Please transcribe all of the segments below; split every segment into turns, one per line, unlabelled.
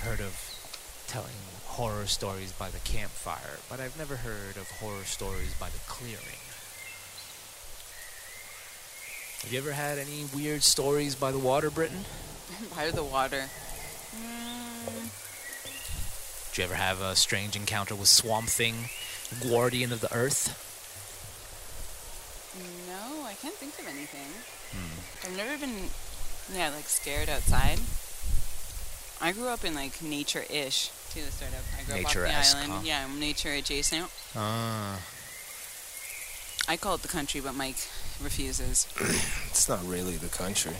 heard of telling horror stories by the campfire, but I've never heard of horror stories by the clearing. Have you ever had any weird stories by the water, Britain?
By the water. Mm,
Did you ever have a strange encounter with Swamp Thing, Guardian of the Earth?
no, I can't think of anything.
Hmm.
I've never been, yeah, like scared outside. I grew up in like nature-ish too, sort of. I grew up off
Nature-esque,
the island.
huh?
Yeah, I'm nature adjacent.
Ah,
I call it the country, but Mike refuses.
It's not really the country.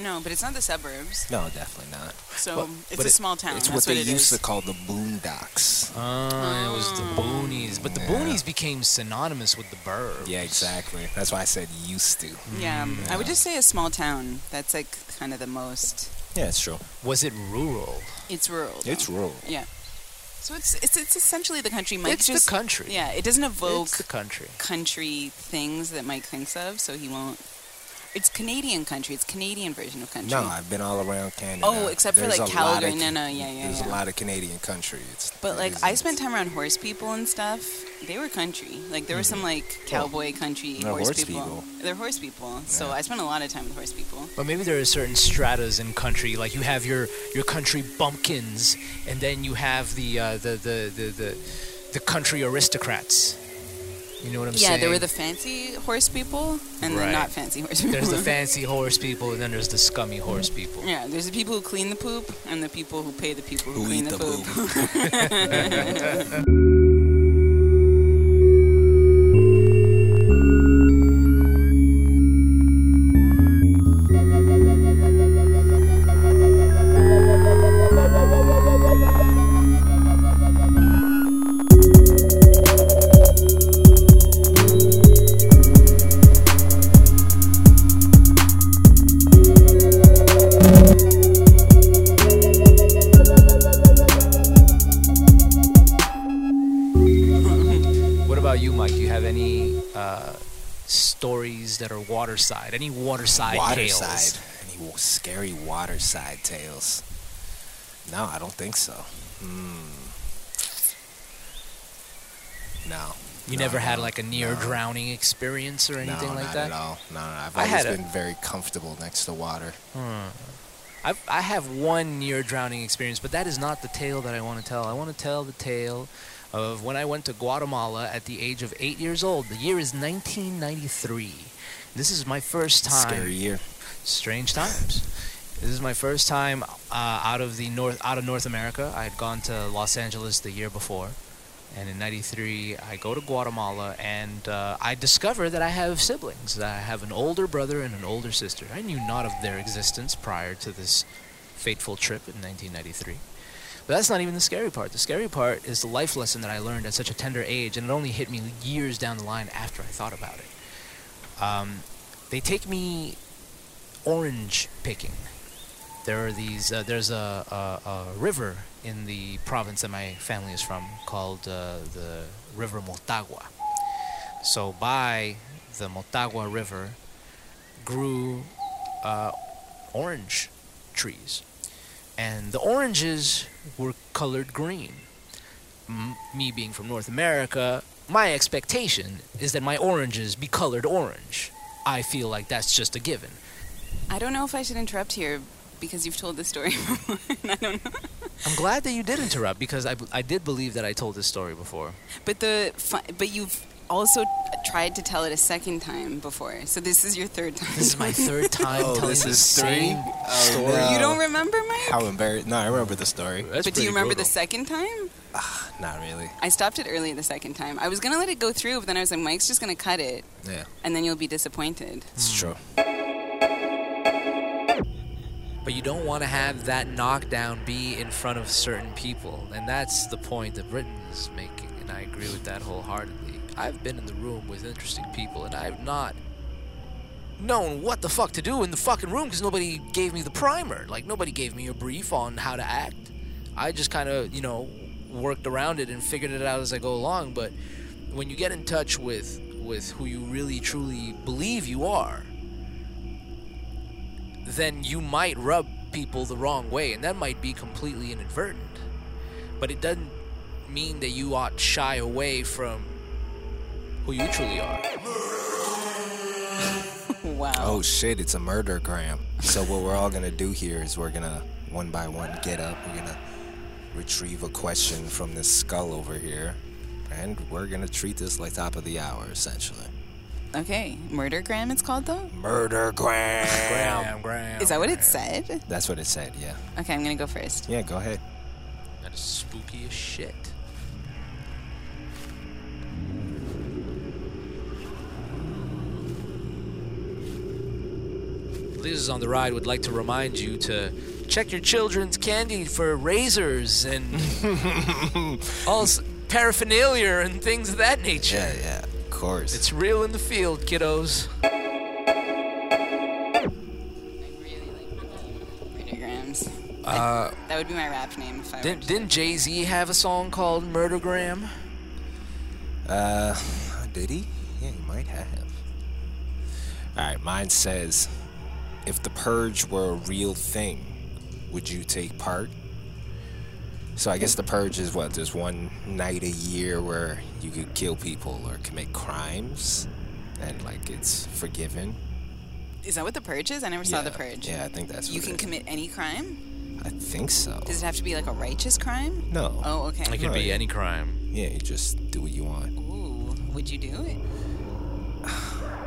No, but it's not the suburbs.
No, definitely not.
So
Well,
it's
but
a
it-
small town.
it's
That's
what they
it
used
is.
to call the boondocks.
ah, it was the
Oh.
boonies, but the
Yeah.
boonies became synonymous with the burbs.
Yeah, exactly. That's why I said used to.
yeah, I would just say a small town. That's like kind of the most.
Yeah, it's true.
Was it rural?
It's rural. though.
It's rural.
So it's it's, it's essentially the country. Mike
it's
just
the country.
yeah. It doesn't evoke
It's the country.
country things that Mike thinks of, so he won't. It's Canadian country. It's Canadian version of country.
No, I've been all around Canada.
Oh, except for,
There's
like,
a lot of
Calgary.
Ca-
No, no, yeah, yeah,
There's
yeah.
a lot of Canadian country. It's
but
it
like
isn't-
I spent time around horse people and stuff. They were country. Like there were some like cowboy country
They're
horse,
horse
people.
people.
They're horse people. So
Yeah.
I spent a lot of time with horse people.
But maybe there are certain stratas in country. Like you have your your country bumpkins, and then you have the uh, the, the, the the the country aristocrats. You know what I'm
yeah,
saying?
there were the fancy horse people and
Right.
the not fancy horse people.
There's the fancy horse people, and then there's the scummy horse people.
Yeah, there's the people who clean the poop and the people who pay the people who,
Who
clean
eat
the,
the
poop.
What about you, Mike? Do you have any uh, stories that are waterside? Any waterside tales?
waterside. Any w- scary waterside tales? No, I don't think so. Hmm. No.
You
No,
never had
no,
like a near
no.
drowning experience or anything
no,
like
not
that?
at all. No, no. I've
I
always
had a-
been very comfortable next to water.
Hmm. I've, I have one near drowning experience, but that is not the tale that I want to tell. I want to tell the tale of when I went to Guatemala at the age of eight years old. The year is 1993. This is my first time.
Scary year.
Strange times. This is my first time uh, out of the North out of North America. I had gone to Los Angeles the year before, and in '93 I go to Guatemala and uh, I discover that I have siblings. That I have an older brother and an older sister. I knew not of their existence prior to this fateful trip in 1993. But that's not even the scary part. The scary part is the life lesson that I learned at such a tender age, and it only hit me years down the line after I thought about it. Um, they take me orange picking. There are these. Uh, there's a, a, a river in the province that my family is from called uh, the River Motagua. So by the Motagua River grew uh, orange trees, and the oranges were colored green. M- me being from North America, my expectation is that my oranges be colored orange. I feel like that's just a given.
I don't know if I should interrupt here because you've told this story before. and I don't know.
I'm glad that you did interrupt because I, I did believe that I told this story before.
But the fu- but you've also tried to tell it a second time before. So this is your third time.
This is my third time
Oh,
telling
this
the
is three?
same
Oh,
story.
no.
you don't remember, Mike?
How embarrassed. No, I remember the story.
That's
but do
pretty
you remember the
brutal.
second time?
Not really.
I stopped it early the second time. I was gonna let it go through, but then I was like, Mike's just gonna cut it,
Yeah,
and then you'll be disappointed.
Hmm.
it's true.
But you don't want to have that knockdown be in front of certain people, and that's the point that Britain is making, and I agree with that wholeheartedly. I've been in the room with interesting people, and I've not known what the fuck to do in the fucking room because nobody gave me the primer. Like nobody gave me a brief on how to act. I just kind of, you know, worked around it and figured it out as I go along. But when you get in touch with with who you really truly believe you are, then you might rub people the wrong way, and that might be completely inadvertent. But it doesn't mean that you ought shy away from who you truly are.
Wow.
Oh shit, it's a murder gram. So what we're all gonna do here is we're gonna one by one get up, we're gonna retrieve a question from this skull over here, and we're gonna treat this like top of the hour essentially.
Oh.
Okay. Murdergram it's called though?
Murder gram.
Is that what it said?
That's what it said, yeah.
Okay, I'm gonna go first.
Yeah, go ahead.
That is spooky as shit. Liz on the ride would like to remind you to check your children's candy for razors and all s- paraphernalia and things of that nature.
Yeah, yeah, of course.
It's real in the field, kiddos.
I really like Murdergrams.
Uh,
That would be my rap name if I were
didn't
to-
didn't Jay Z have a song called Murdergram?
Uh, did he? Yeah, he might have. All right, mine says, if the purge were a real thing, would you take part? So I guess the purge is what? There's one night a year where you could kill people or commit crimes, and like it's forgiven.
Is that what the purge is? I never saw
Yeah,
the purge.
Yeah, I think that's.
You
what
can
it-
commit any crime?
I think so.
Does it have to be like a righteous crime?
No.
Oh, okay.
It could
Right.
be any crime.
Yeah, you just do what you want.
Ooh, would you do it?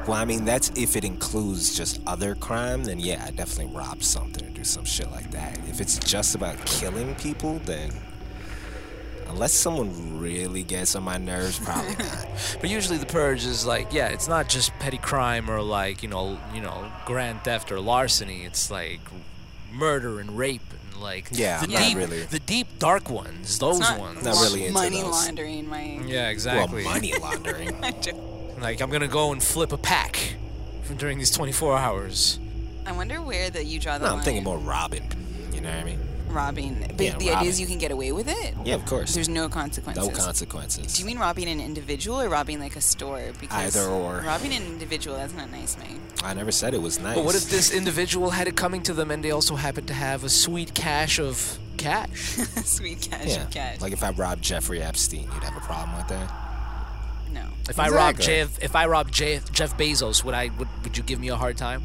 Well, I mean, that's if it includes just other crime, then yeah, I definitely rob something or do some shit like that. If it's just about killing people, then unless someone really gets on my nerves, probably not.
But usually the purge is like, yeah, it's not just petty crime or like you know, you know, grand theft or larceny. It's like murder and rape and like
Yeah,
the
I'm not
deep,
really-
the deep dark ones, those
It's not,
ones.
Not really into
money
those.
laundering, my.
Yeah,
well,
exactly.
money laundering.
Like I'm gonna go and flip a pack from during these 24 hours.
I wonder where that you draw the
no,
line.
I'm thinking more robbing. You know what I mean?
robbing. But
Yeah,
the idea is
robbing.
you can get away with it.
Yeah, of course.
There's no consequences.
no consequences.
Do you mean robbing an individual or robbing like a store? Because
Either or.
Robbing an individual, that's not nice, Mike.
I never said it was nice.
But what if this individual had it coming to them and they also happened to have a sweet cache of cash?
Sweet cash
Yeah.
you get.
Like if I robbed Jeffrey Epstein, you'd have a problem with that?
no.
If I robbed
Exactly.
Jeff, if I robbed Jeff, Jeff Bezos, would I would, would you give me a hard time?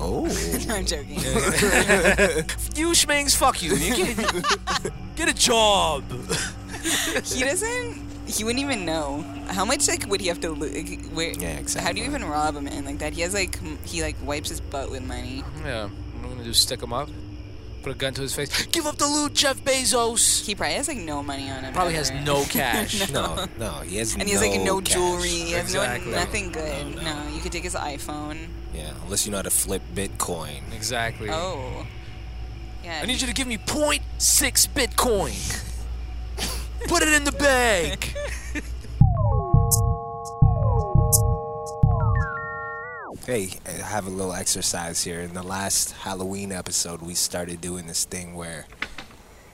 Oh.
I'm joking.
You schmings, fuck you. You get, get a job.
he doesn't. He wouldn't even know how much like would he have to lo- like, where?
Yeah,
How do
exactly.
you even rob a man like that? He has like m- he like wipes his butt with money.
Yeah, what I'm gonna do is stick him up, put a gun to his face. Give up the loot, Jeff Bezos.
He probably has like no money on him.
Probably has
ever.
no cash.
no, no, he has
And he has like no
cash.
jewelry. He has
Exactly.
no nothing good.
No,
No,
no.
you could take his iPhone.
Yeah, unless you know how to flip Bitcoin.
Exactly.
Oh. Yeah.
I need you to give me 0.6 Bitcoin. put it in the bank.
Hey, I have a little exercise here. In the last Halloween episode, we started doing this thing where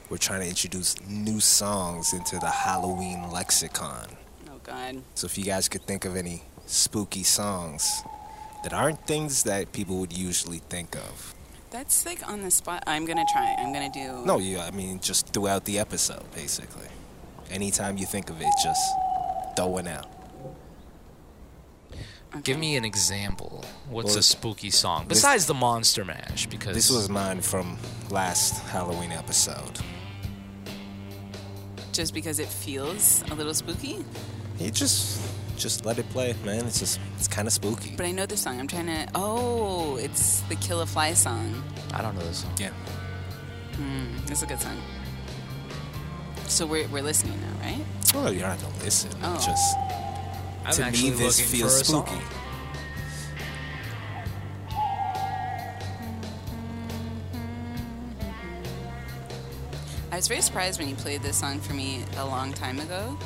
we're trying to introduce new songs into the Halloween lexicon.
oh God.
So if you guys could think of any spooky songs that aren't things that people would usually think of.
That's like on the spot. I'm gonna try. I'm gonna do.
No, you I mean just throughout the episode basically. Anytime you think of it, just throw one out.
Give me an example. What's
Well,
a spooky song besides the Monster Mash? Because
This was mine from last Halloween episode.
Just because it feels a little spooky.
You just just let it play, man. It's just it's kind of spooky.
But I know this song. I'm trying to. Oh, it's the Kill a Fly song.
I don't know this song.
Yeah.
It's a good song. So we're, we're listening now, right?
Well, you don't have to listen.
Oh.
Just
I'm
to me,
actually
this
looking
feels
for a song.
spooky.
I was very surprised when you played this song for me a long time ago,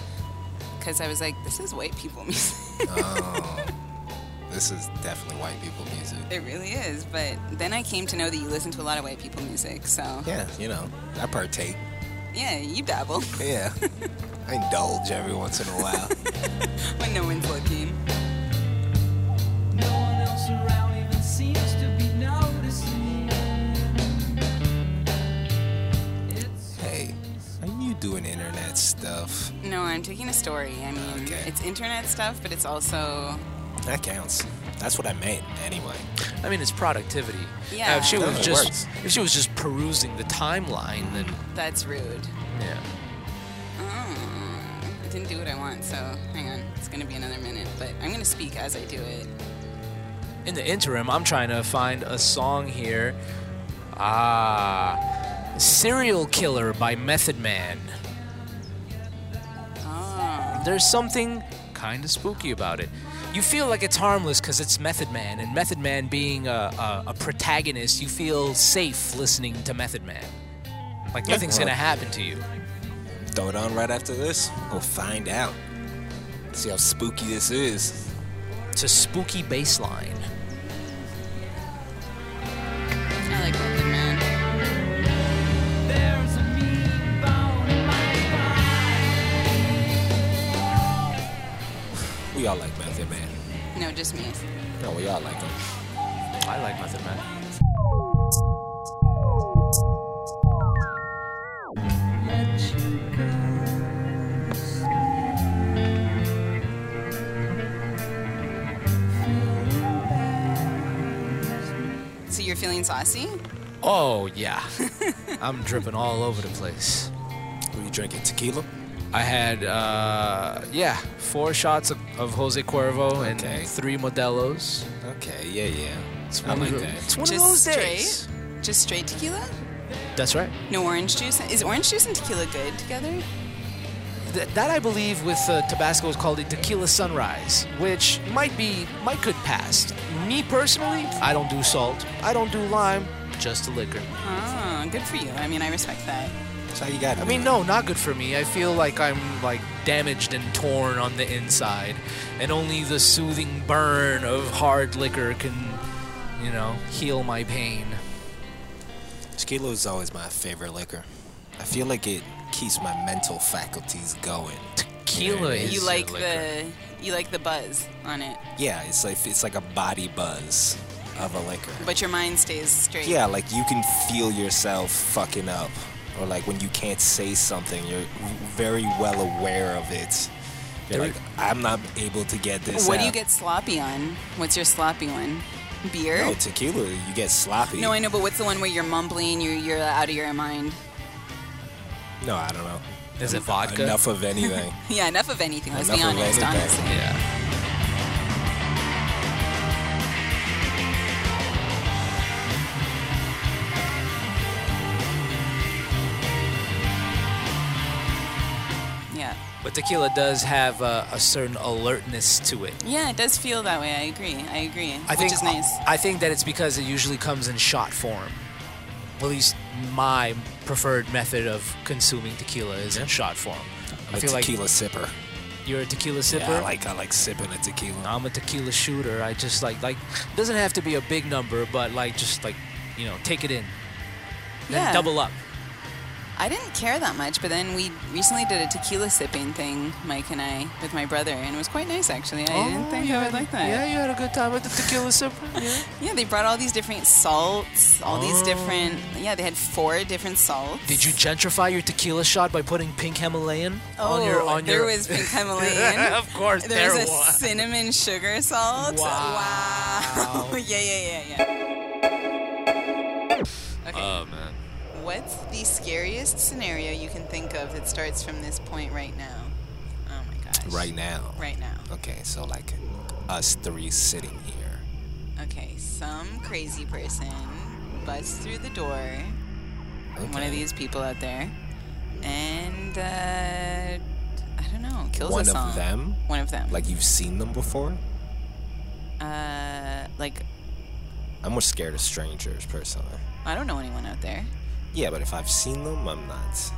because I was like, this is white people music.
This is definitely white people music.
it really is. But then I came to know that you listen to a lot of white people music. So
Yeah, you know, I partake.
yeah, you dabble
Yeah, I indulge every once in a while.
when no one's looking.
No one else around even seems to be noticing.
story. I mean,
Okay.
it's internet stuff, but it's also
That counts. That's what I meant anyway.
I mean, it's productivity.
Yeah.
Now, if she
No,
was
it
just
works.
if she was just perusing the timeline, then
that's rude.
yeah.
Oh, I didn't do what I want, so hang on. It's gonna be another minute, but I'm gonna speak as I do it.
In the interim, I'm trying to find a song here. Ah, Serial Killer by Method Man.
Oh,
There's something kind of spooky about it. You feel like it's harmless because it's Method Man, and Method Man being a, a, a protagonist, you feel safe listening to Method Man. Like
Yeah.
nothing's gonna happen to you.
Throw it on right after this. We'll find out. See how spooky this is.
It's a spooky bass line.
I like Method Man.
We all like Method Man.
No, just me.
No, we all like him.
I like Method Man.
So you're feeling saucy?
Oh yeah, I'm dripping all over the place.
Were you drinking tequila?
I had uh, yeah four shots of, of Jose Cuervo
Okay.
and three Modelo's.
Okay, yeah, yeah.
It's
I like
of, the-
that.
It's one
Just
of those
straight?
days.
Just straight tequila?
That's right.
No orange juice? Is orange juice and tequila good together?
Th- that I believe with uh, Tabasco is called a tequila sunrise, which might be might could pass. Me personally, I don't do salt. I don't do lime. Just the liquor.
Oh, good for you. I mean, I respect that.
That's how you got it.
I mean, no, not good for me. I feel like I'm like damaged and torn on the inside, and only the soothing burn of hard liquor can, you know, heal my pain.
Tequila is always my favorite liquor. I feel like it keeps my mental faculties going.
Tequila
Yeah, it
is
you
a
like
liquor.
the you like the buzz on it,
Yeah, it's like it's like a body buzz of a liquor.
but your mind stays straight.
Yeah, like you can feel yourself fucking up, or like when you can't say something, you're very well aware of it. You're
There
like, I'm not able to get this.
What
out.
do you get sloppy on? What's your sloppy one? Beer?
No, Oh, tequila. You get sloppy.
No, I know, but what's the one where you're mumbling, you're, you're out of your mind?
No, I don't know.
Is it vodka?
Enough of anything.
Yeah, enough of anything. Let's be
Enough of
honest,
anything.
honestly.
Yeah.
Yeah.
But tequila does have uh, a certain alertness to it.
Yeah, it does feel that way. I agree. I agree.
I
which
think
is nice.
I think that it's because it usually comes in shot form. At least my preferred method of consuming tequila is in shot form.
I'm
I
a
feel like
tequila sipper.
you're a tequila sipper.
Yeah, I like I like sipping a tequila.
I'm a tequila shooter. I just like like doesn't have to be a big number, but like just like you know take it in, then
Yeah.
double up.
I didn't care that much, but then we recently did a tequila sipping thing, Mike and I, with my brother, and it was quite nice actually. I didn't think Oh, I would like that.
Oh, Yeah, you had a good time with the tequila sipper. Yeah.
Yeah, they brought all these different salts, all these different. Yeah, they had four different salts.
Oh. Did you gentrify your tequila shot by putting pink Himalayan
Oh,
on your on
there
your?
was pink Himalayan.
of course,
there
there,
was a
was.
cinnamon sugar salt.
Wow.
Wow. yeah, yeah, yeah, yeah. Okay.
Oh man.
What's the scariest scenario you can think of that starts from this point right now? Oh my gosh.
Right now.
Right now.
Okay, so like us three sitting here.
Okay, some crazy person busts through the door, one
Okay.
of these people out there, and uh, I don't know, kills
One
us
of
all.
them?
One of them.
Like you've seen them before?
uh, like
I'm more scared of strangers personally.
I don't know anyone out there.
Yeah, but if I've seen them, I'm not.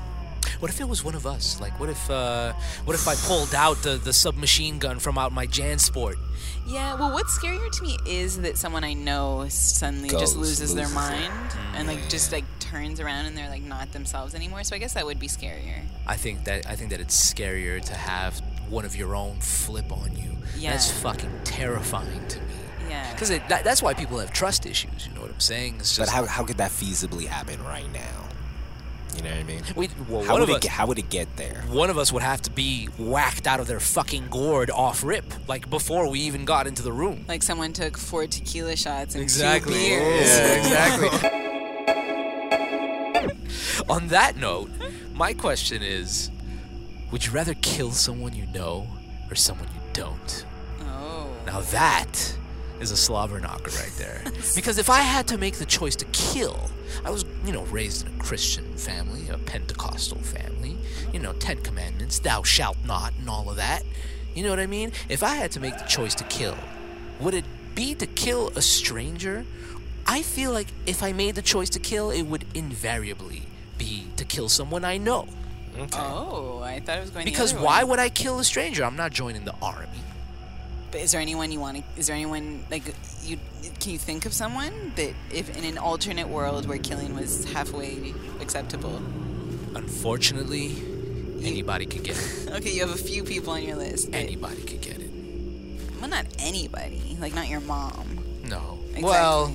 What if it was one of us? Like, what if, uh, what if I pulled out the, the submachine gun from out my Jansport?
Yeah, well, what's scarier to me is that someone I know suddenly
Goes,
just loses, their
loses it.
mind and like
Mm.
just like turns around and they're like not themselves anymore. So I guess that would be scarier.
I think that I think that it's scarier to have one of your own flip on you.
Yeah.
That's fucking terrifying to me.
Yeah.
Because that, that's why people have trust issues. You know what I'm saying? It's
But
just
how, how could that feasibly happen right now? You know what I mean?
We, well,
How
one of
would it
us,
ge- how would it get there?
one of us would have to be whacked out of their fucking gourd off rip, like before we even got into the room.
Like someone took four tequila shots and
Exactly.
two beers.
Yeah, exactly. On that note, my question is would you rather kill someone you know or someone you don't?
Oh.
Now that is a slobber knocker right there. because if I had to make the choice to kill, I was, you know, raised in a Christian family, a Pentecostal family, you know, Ten Commandments, thou shalt not, and all of that. You know what I mean? If I had to make the choice to kill, would it be to kill a stranger? I feel like if I made the choice to kill, it would invariably be to kill someone I know.
Oh, I thought it was going the
Because
other
why
way.
would I kill a stranger? I'm not joining the army.
But is there anyone you want to? Is there anyone like you? Can you think of someone that, if in an alternate world where killing was halfway acceptable,
Unfortunately, anybody could get it.
okay, you have a few people on your list. that-
Anybody could get it.
well, not anybody. Like not your mom.
No. Well,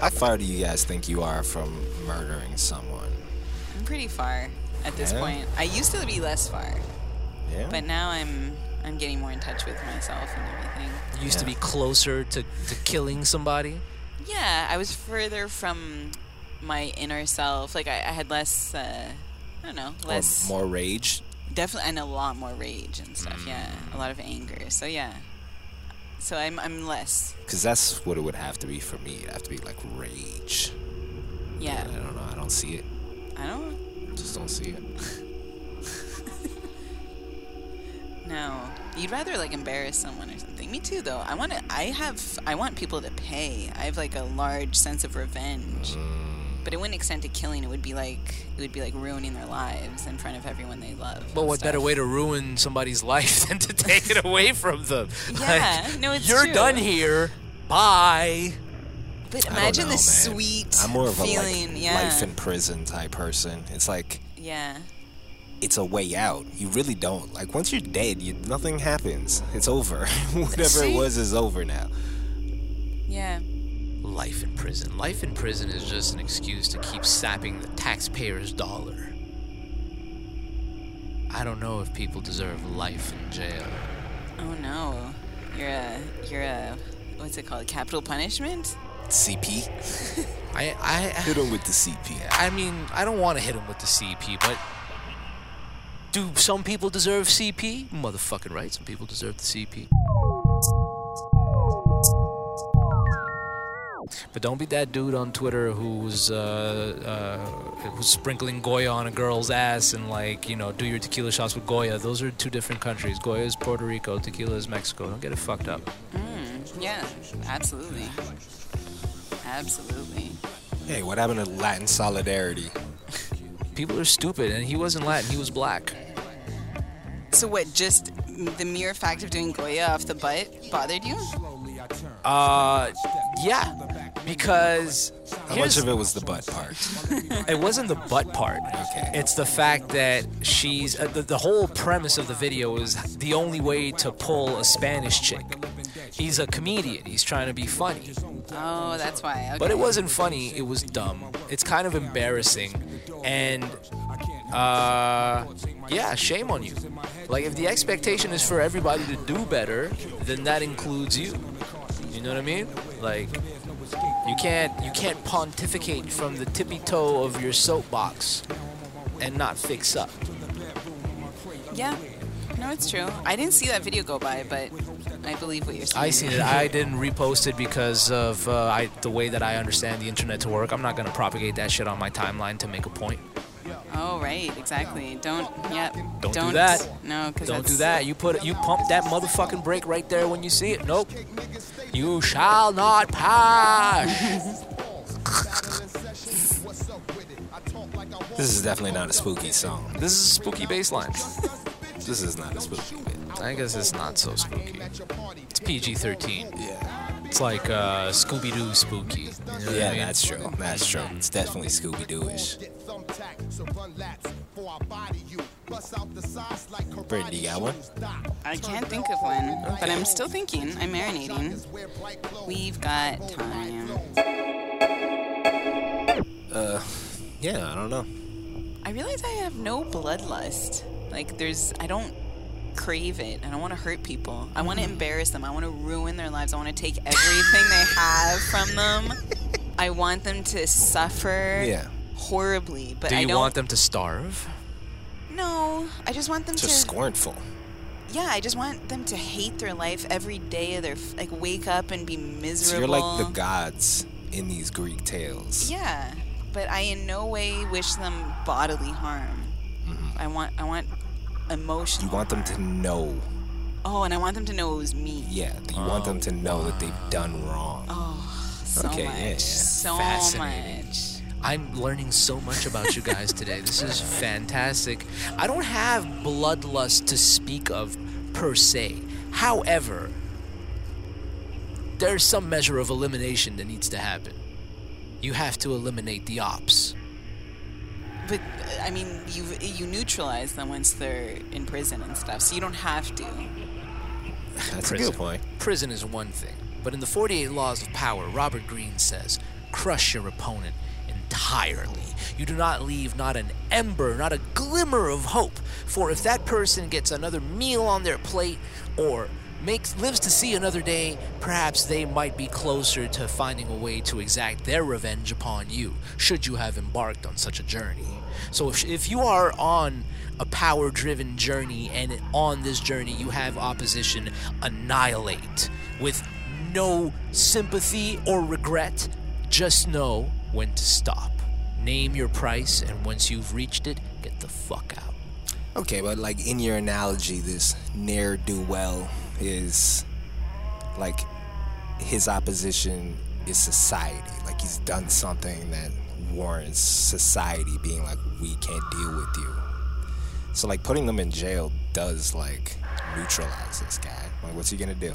How far do you guys think you are from murdering someone?
I'm pretty far at this
Yeah?
point. I used to be less far,
Yeah.
but now I'm I'm getting more in touch with myself and everything.
you used to
Yeah.
be closer to, to killing somebody.
Yeah, I was further from my inner self. Like I, I had less. Uh, I don't know.
or
Less.
more rage?
definitely and a lot more rage and stuff yeah
Mm.
a lot of anger so yeah so i'm, I'm less
Because that's what it would have to be for me. It'd have to be like rage.
yeah
And I don't know. I don't see it.
i don't
Just don't see it.
know you'd rather like embarrass someone or something me too though i want to i have i want people to pay i have like a large sense of revenge
Mm.
but it wouldn't extend to killing it would be like it would be like ruining their lives in front of everyone they love
But
and
what better
stuff.
way to ruin somebody's life than to take it away from them?
Yeah, no, it's
You're
true.
done here. Bye.
but
I don't
imagine
know,
the
man.
sweet
I'm more of a
feeling
like
yeah
life in prison type person. It's like
yeah
it's a way out. You really don't like once you're dead. You, nothing happens. It's over. Whatever
See?
it was is over now.
yeah
Life in prison. Life in prison is just an excuse to keep sapping the taxpayer's dollar. I don't know if people deserve life in jail.
Oh no, you're a you're a what's it called? Capital punishment?
CP.
I I
Hit him with the CP.
I mean, I don't want to hit him with the CP, but do some people deserve CP? Motherfucking right, some people deserve the CP. But don't be that dude on Twitter who's uh, uh, who's sprinkling Goya on a girl's ass and like you know do your tequila shots with Goya. Those are two different countries. Goya is Puerto Rico, tequila is Mexico. Don't get it fucked up.
Yeah, absolutely, absolutely.
Hey, what happened to Latin solidarity?
People are stupid, and he wasn't Latin. He was black.
So what? Just the mere fact of doing Goya off the butt bothered you?
Uh, yeah, because
How
here's-
much of it was the butt part?
it wasn't the butt part.
Okay.
It's the fact that she's uh, the, the whole premise of the video is the only way to pull a Spanish chick. He's a comedian. He's trying to be funny,
Oh, that's why. Okay.
but it wasn't funny. It was dumb. It's kind of embarrassing, and uh, yeah, shame on you. Like if the expectation is for everybody to do better, then that includes you. You know what I mean? Like you can't you can't pontificate from the tippy toe of your soapbox and not fix up.
yeah. No, it's true. I didn't see that video go by, but I believe what you're saying.
I seen it. I didn't repost it because of uh, I, the way that I understand the internet to work. I'm not gonna propagate that shit on my timeline to make a point.
Oh, right, exactly. Don't. Yep.
Don't do that.
No, because
Don't do that. You put you pump that motherfucking brake right there when you see it. Nope. You shall not pass.
This is definitely not a spooky song.
This is a spooky baseline.
This is not a spooky bit.
I guess it's not so spooky. It's PG-13.
Yeah.
It's like uh, Scooby-Doo spooky. You know what I
Yeah,
mean?
that's true. That's true. It's definitely Scooby Dooish. Brittany, you got one?
I can't think of one, but I'm still thinking. I'm marinating. We've got time.
uh, yeah, I don't know.
I realize I have no bloodlust. Like, there's, I don't crave it. I don't want to hurt people. I want to embarrass them. I want to ruin their lives. I want to take everything they have from them. I want them to suffer
Yeah.
horribly, but
Do
I
you
don't.
want them to starve?
No, I just want them to.
Just scornful.
yeah, I just want them to hate their life every day of their f- like wake up and be
So
miserable.
you're like the gods in these Greek tales.
Yeah, but I in no way wish them bodily harm. I want I want emotional.
You want them to
harm.
know,
Oh, and I want them to know it was me.
yeah, you want them to know that they've done wrong.
Oh, so
Okay, yeah,
much.
yeah.
So
Fascinating.
much.
I'm learning so much about you guys today. This is fantastic. I don't have bloodlust to speak of per se. However, there's some measure of elimination that needs to happen. You have to eliminate the ops.
But uh, I mean, you you neutralize them once they're in prison and stuff, so you don't have to.
That's a
prison.
good point.
Prison is one thing, but in the 48 Laws of Power, Robert Greene says, crush your opponent entirely. You do not leave not an ember, not a glimmer of hope, for if that person gets another meal on their plate or makes lives to see another day, perhaps they might be closer to finding a way to exact their revenge upon you, should you have embarked on such a journey. So if, if you are on a power driven journey and on this journey you have opposition, annihilate with no sympathy or regret. Just know when to stop. Name your price, and once you've reached it, get the fuck out.
Okay, but like in your analogy, this ne'er do well is like his opposition is society. Like he's done something that warrants society being like, we can't deal with you. So like putting them in jail does like neutralize this guy. Like, what's he gonna do?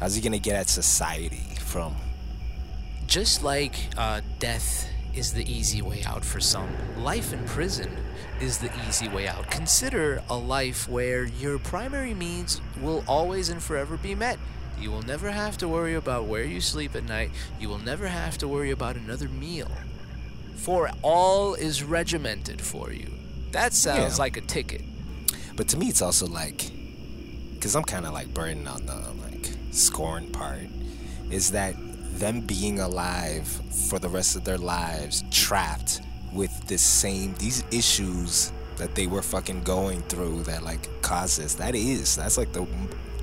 How's he gonna get at society from?
Just like uh, death is the easy way out for some, life in prison is the easy way out. Consider a life where your primary needs will always and forever be met. You will never have to worry about where you sleep at night. You will never have to worry about another meal. For all is regimented for you. That sounds
Yeah.
like a ticket.
But to me, it's also like, because I'm kind of like burdened on the like scorn part, is that them being alive for the rest of their lives, trapped with this same these issues that they were fucking going through that like caused this. That is that's like the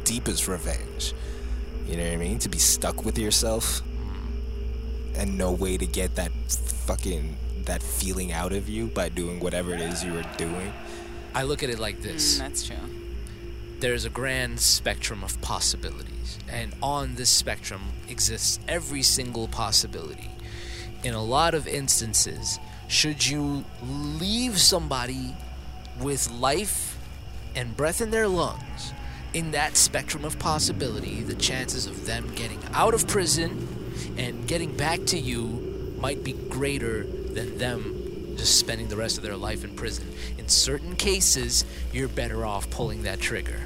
deepest revenge. You know what I mean? To be stuck with yourself and no way to get that fucking that feeling out of you by doing whatever it is you were doing.
I look at it like
Mm,
this.
that's true.
there's a grand spectrum of possibilities, and on this spectrum exists every single possibility. In a lot of instances, should you leave somebody with life and breath in their lungs, in that spectrum of possibility, the chances of them getting out of prison and getting back to you might be greater than them just spending the rest of their life in prison. In certain cases, you're better off pulling that trigger.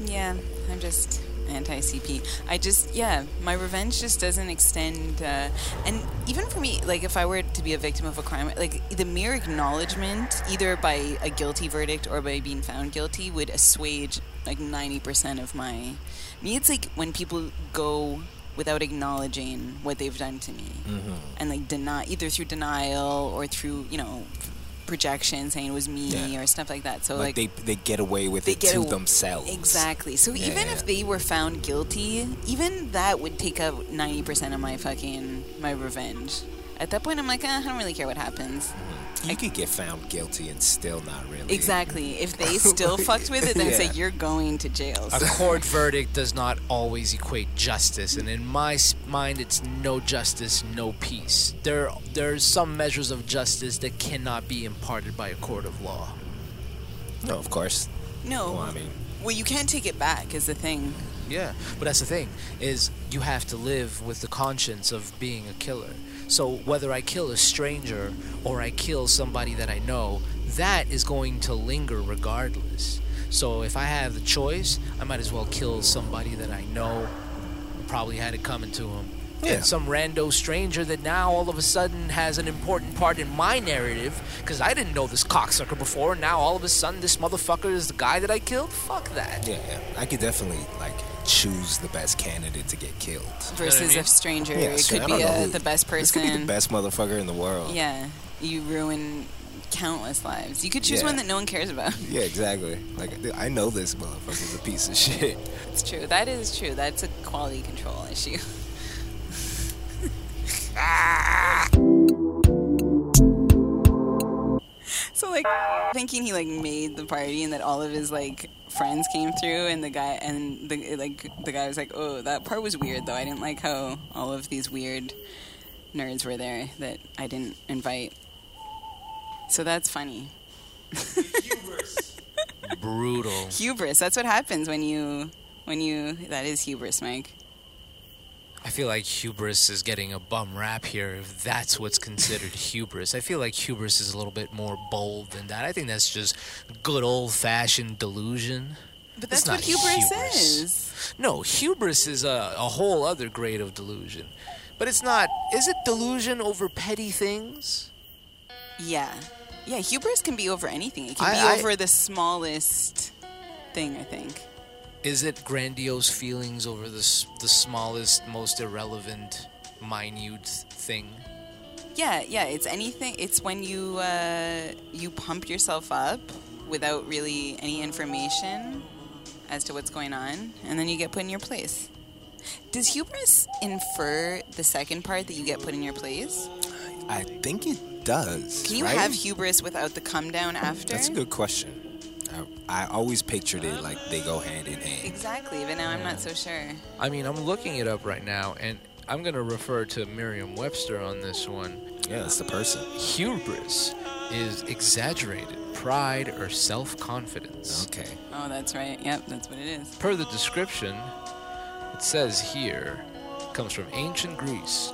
Yeah, I'm just anti CP. I just, yeah, my revenge just doesn't extend. Uh, and even for me, like, if I were to be a victim of a crime, like, the mere acknowledgement, either by a guilty verdict or by being found guilty, would assuage, like, 90% of my. Me, it's like when people go without acknowledging what they've done to me
Mm-hmm.
and, like, deny, either through denial or through, you know, projection saying it was me
Yeah.
or stuff like that. So,
like, they they get away with
they
it
get
to
aw-
themselves.
Exactly. So even
Yeah.
if they were found guilty, even that would take up ninety percent of my fucking my revenge. At that point, I'm like, eh, I don't really care what happens.
You could get found guilty and still not really.
Exactly. If they still fucked with it, then it's
Yeah.
like you're going to jail.
A court verdict does not always equate justice, and in my s- mind, it's no justice, no peace. There, there are some measures of justice that cannot be imparted by a court of law.
No, of course.
no.
Well, I mean,
Well, you can't take it back. Is the thing.
Yeah, but that's the thing is you have to live with the conscience of being a killer. So whether I kill a stranger or I kill somebody that I know, that is going to linger regardless. So if I have the choice, I might as well kill somebody that I know probably had it coming to him.
Yeah.
And some rando stranger that now all of a sudden has an important part in my narrative because I didn't know this cocksucker before, and now all of a sudden this motherfucker is the guy that I killed? Fuck that.
Yeah, yeah. I could definitely like choose the best candidate to get killed.
versus
mean?
a stranger.
Yeah,
it
sure,
could
I don't
be
know
a,
who-
the best
This
person.
could be the best motherfucker in the world.
Yeah, you ruin countless lives. You could choose
Yeah.
one that no one cares about.
Yeah, exactly. Like dude, I know this motherfucker's a piece of shit.
It's true. That is true. That's a quality control issue. so like thinking he like made the party and that all of his like friends came through and the guy and the like the guy was like, "Oh, that part was weird though. I didn't like how all of these weird nerds were there that I didn't invite." So that's funny.
Brutal.
Hubris. That's what happens when you when you that is hubris, Mike.
I feel like hubris is getting a bum rap here if that's what's considered hubris. I feel like hubris is a little bit more bold than that. I think that's just good old fashioned delusion.
But
It's
that's what
not
hubris,
hubris.
is.
No, hubris is a, a whole other grade of delusion. But it's not. Is it delusion over petty things?
Yeah. Yeah, hubris can be over anything. It can
I-
be
I-
over the smallest thing, I think.
Is it grandiose feelings over the, s- the smallest, most irrelevant, minute thing?
Yeah, yeah, it's anything. It's when you uh, you pump yourself up without really any information as to what's going on and then you get put in your place. Does hubris infer the second part that you get put in your place?
I think it does.
Can you
right?
have hubris without the come down after?
That's a good question. I, I always pictured it like they go hand in hand.
Exactly, but now I'm not so sure.
I mean, I'm looking it up right now, and I'm going to refer to Merriam Webster on this one.
Yeah, it's the person.
Hubris is exaggerated pride or self confidence.
Okay.
Oh, that's right. Yep, that's what it is.
Per the description, it says here, comes from ancient Greece.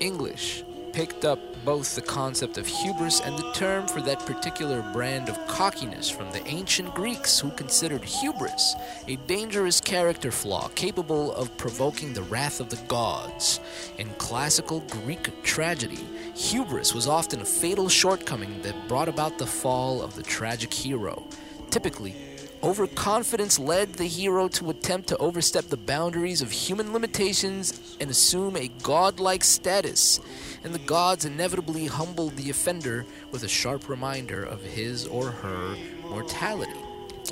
English picked up both the concept of hubris and the term for that particular brand of cockiness from the ancient Greeks, who considered hubris a dangerous character flaw capable of provoking the wrath of the gods. In classical Greek tragedy, hubris was often a fatal shortcoming that brought about the fall of the tragic hero. Typically, Overconfidence led the hero to attempt to overstep the boundaries of human limitations and assume a godlike status, and the gods inevitably humbled the offender with a sharp reminder of his or her mortality.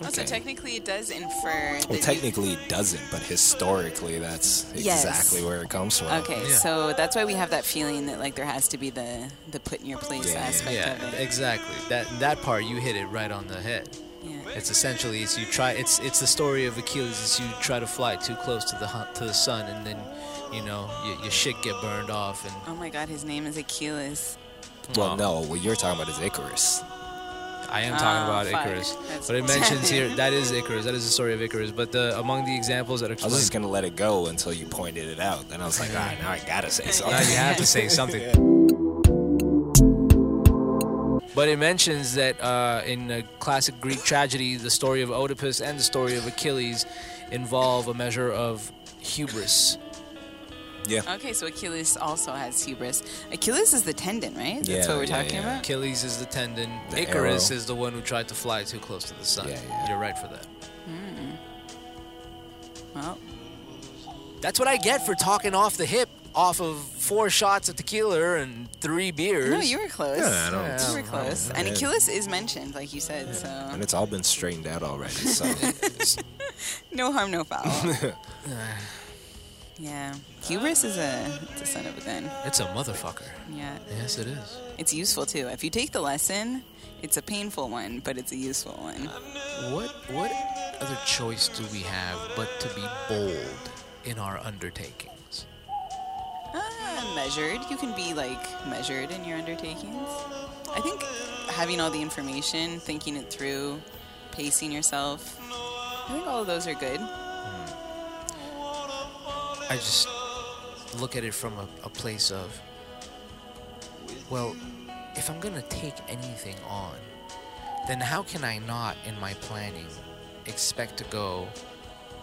Also, Oh, technically, it does infer. That
Well,
you-
technically it doesn't, but historically that's
Yes.
exactly where it comes from.
okay, so that's why we have that feeling that like there has to be the the put in your place
Yeah, yeah,
aspect
Yeah,
of it.
exactly. That that part you hit it right on the head.
Yeah.
It's essentially it's you try it's it's the story of Achilles is you try to fly too close to the hu- to the sun and then you know y- your shit get burned off and
Oh my God, his name is Achilles.
Well, no, what you're talking about is Icarus.
I am talking
Oh,
about
fuck.
Icarus,
That's-
but it mentions here that is Icarus. That is the story of Icarus. But the among the examples that are
I was
explained,
just gonna let it go until you pointed it out. Then I was like, all right, now I gotta say
now you
something.
have to say something. But it mentions that uh, in the classic Greek tragedy, the story of Oedipus and the story of Achilles involve a measure of hubris.
yeah.
Okay, so Achilles also has hubris. Achilles is the tendon, right? That's
Yeah,
what we're
yeah,
talking
yeah.
about.
Achilles is the tendon.
The
Icarus
arrow.
is the one who tried to fly too close to the sun.
Yeah, yeah.
You're right for that.
Well,
That's what I get for talking off the hip, off of four shots of tequila and three beers.
no, you were close.
Yeah, I don't-
you were close.
I
And
did.
Achilles is mentioned, like you said. So
And it's all been straightened out already. So it's-
no harm, no foul. yeah, hubris is a it's a son of a gun.
It's a motherfucker.
Yeah.
Yes, it is.
It's useful too. If you take the lesson, it's a painful one, but it's a useful one.
What what other choice do we have but to be bold in our undertakings?
Uh, measured. You can be like measured in your undertakings. I think having all the information, thinking it through, pacing yourself, I think all of those are good.
I just look at it from a, a place of well, if I'm gonna take anything on, then how can I not in my planning expect to go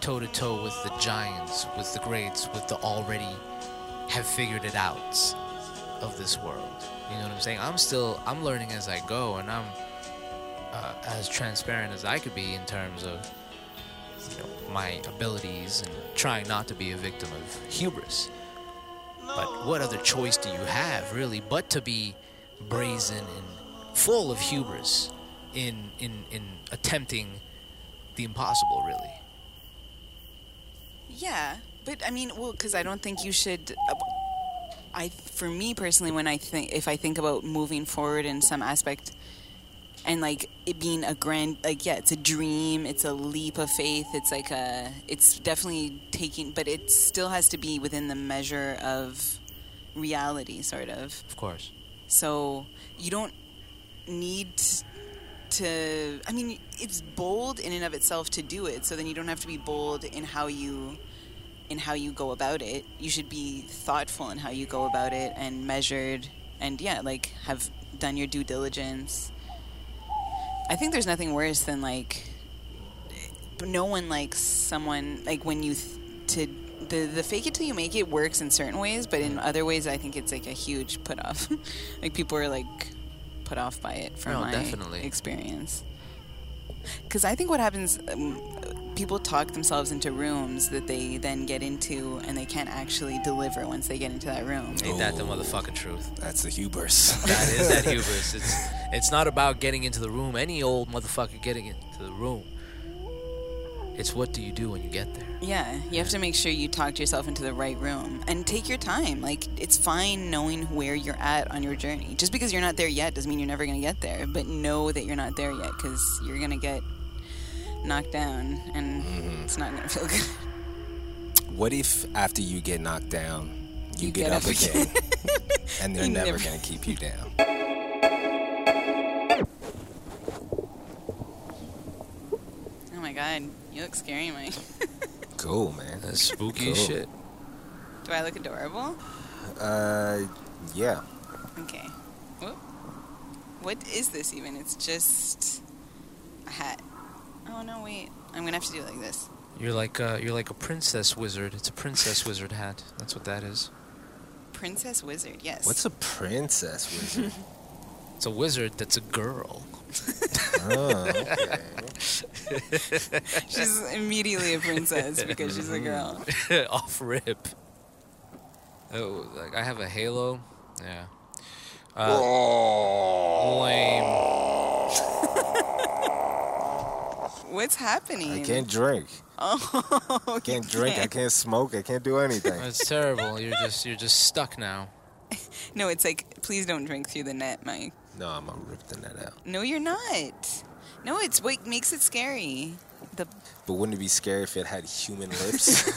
toe to toe with the giants, with the greats, with the already have figured it outs of this world. You know what I'm saying? I'm still I'm learning as I go, and I'm uh, as transparent as I could be in terms of you know, my abilities and trying not to be a victim of hubris. But what other choice do you have, really, but to be brazen and full of hubris in in in attempting the impossible, really?
Yeah, but I mean, well, because I don't think you should. I, for me personally, when I think if I think about moving forward in some aspect, and like it being a grand, like yeah, it's a dream, it's a leap of faith, it's like a, it's definitely taking, but it still has to be within the measure of reality, sort of.
Of course.
So you don't need to. I mean, it's bold in and of itself to do it. So then you don't have to be bold in how you in how you go about it. You should be thoughtful in how you go about it and measured and yeah, like have done your due diligence. I think there's nothing worse than like no one likes someone like when you th- to the the fake it till you make it works in certain ways, but in other ways I think it's like a huge put off. like people are like put off by it from
No,
my
definitely.
experience. Because I think what happens, um, people talk themselves into rooms that they then get into, and they can't actually deliver once they get into that room.
Ain't that the motherfucking truth?
That's the hubris.
That is that hubris. It's it's not about getting into the room. Any old motherfucker getting into the room. It's what do you do when you get there?
Yeah, you have to make sure you talk to yourself into the right room and take your time. Like, it's fine knowing where you're at on your journey. Just because you're not there yet doesn't mean you're never going to get there, but know that you're not there yet because you're going to get knocked down and it's not going to feel good.
What if after you get knocked down, you, get, up, again, and they're
You
never,
never-
gonna keep you down?
Oh my god, you look scary, Mike.
Cool, man.
That's spooky
Cool.
shit.
Do I look adorable?
Uh, yeah.
Okay. Whoop. What is this even? It's just a hat. Oh no, wait. I'm going to have to do it like this.
You're like uh, you're like a princess wizard. It's a princess wizard hat. That's what that is.
Princess Wizard, yes.
What's a princess wizard?
It's a wizard that's a girl.
oh, okay.
She's immediately a princess because she's a girl.
Off rip. Oh, like I have a halo. Yeah. Uh, lame.
What's happening?
I can't drink.
Oh,
I can't drink. I can't smoke. I can't do anything.
That's terrible. You're just you're just stuck now.
no, it's like please don't drink through the net, Mike.
No, I'm gonna rip the net out.
No, you're not. No, it's what makes it scary. The
But wouldn't it be scary if it had human lips?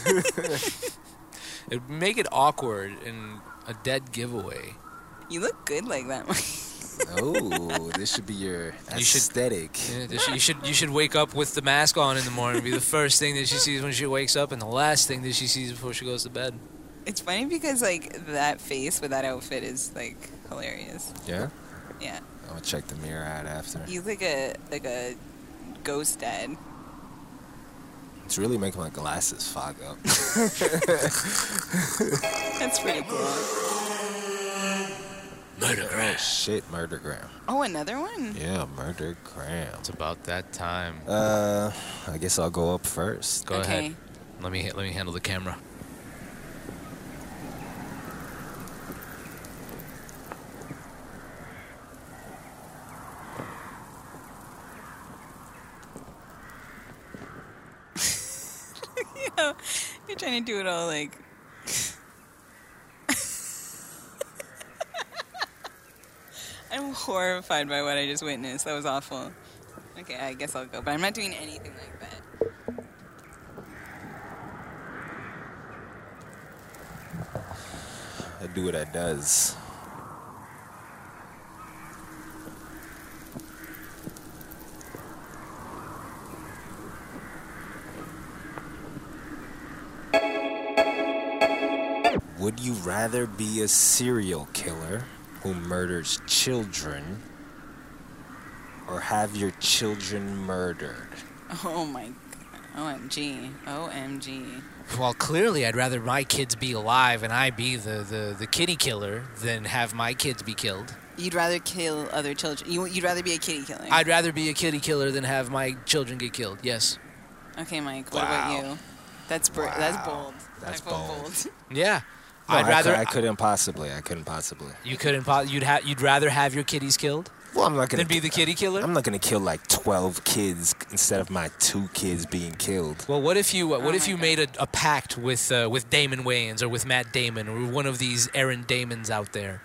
It'd make it awkward and a dead giveaway.
you look good like that, Mike.
oh, this should be your
You should-
aesthetic.
Yeah, you should- you should you should wake up with the mask on in the morning. Be the first thing that she sees when she wakes up, and the last thing that she sees before she goes to bed.
It's funny because like that face with that outfit is like hilarious.
Yeah.
Yeah,
I'm gonna check the mirror out after.
you look like a like a ghost dad.
It's really making my glasses fog up.
That's pretty cool.
oh shit, murdergram.
Oh, another one.
Yeah, murdergram.
It's about that time.
Uh, I guess I'll go up first.
Go
okay.
ahead. Let me let me handle the camera.
You're trying to do it all like. I'm horrified by what I just witnessed. That was awful. Okay, I guess I'll go, but I'm not doing anything like that.
I do what I does. Would you rather be a serial killer who murders children or have your children murdered?
Oh my god. OMG. OMG.
Well, clearly, I'd rather my kids be alive and I be the, the, the kitty killer than have my kids be killed.
You'd rather kill other children. You, you'd rather be a kitty killer.
I'd rather be a kitty killer than have my children get killed. Yes.
okay, Mike. What about
Wow.
you? That's br- that's
Wow.
bold.
That's
I feel
bold.
Yeah.
No,
I'd
I
rather
cou- I couldn't possibly. I couldn't possibly.
you couldn't. po- You'd ha- You'd rather have your kitties killed
Well, I'm not gonna
than be the kitty killer.
I'm not gonna kill like 12 kids instead of my two kids being killed.
Well, what if you uh, what
Oh
if
my
you
God.
made a, a pact with uh, with Damon Wayans or with Matt Damon or one of these Aaron Damons out there,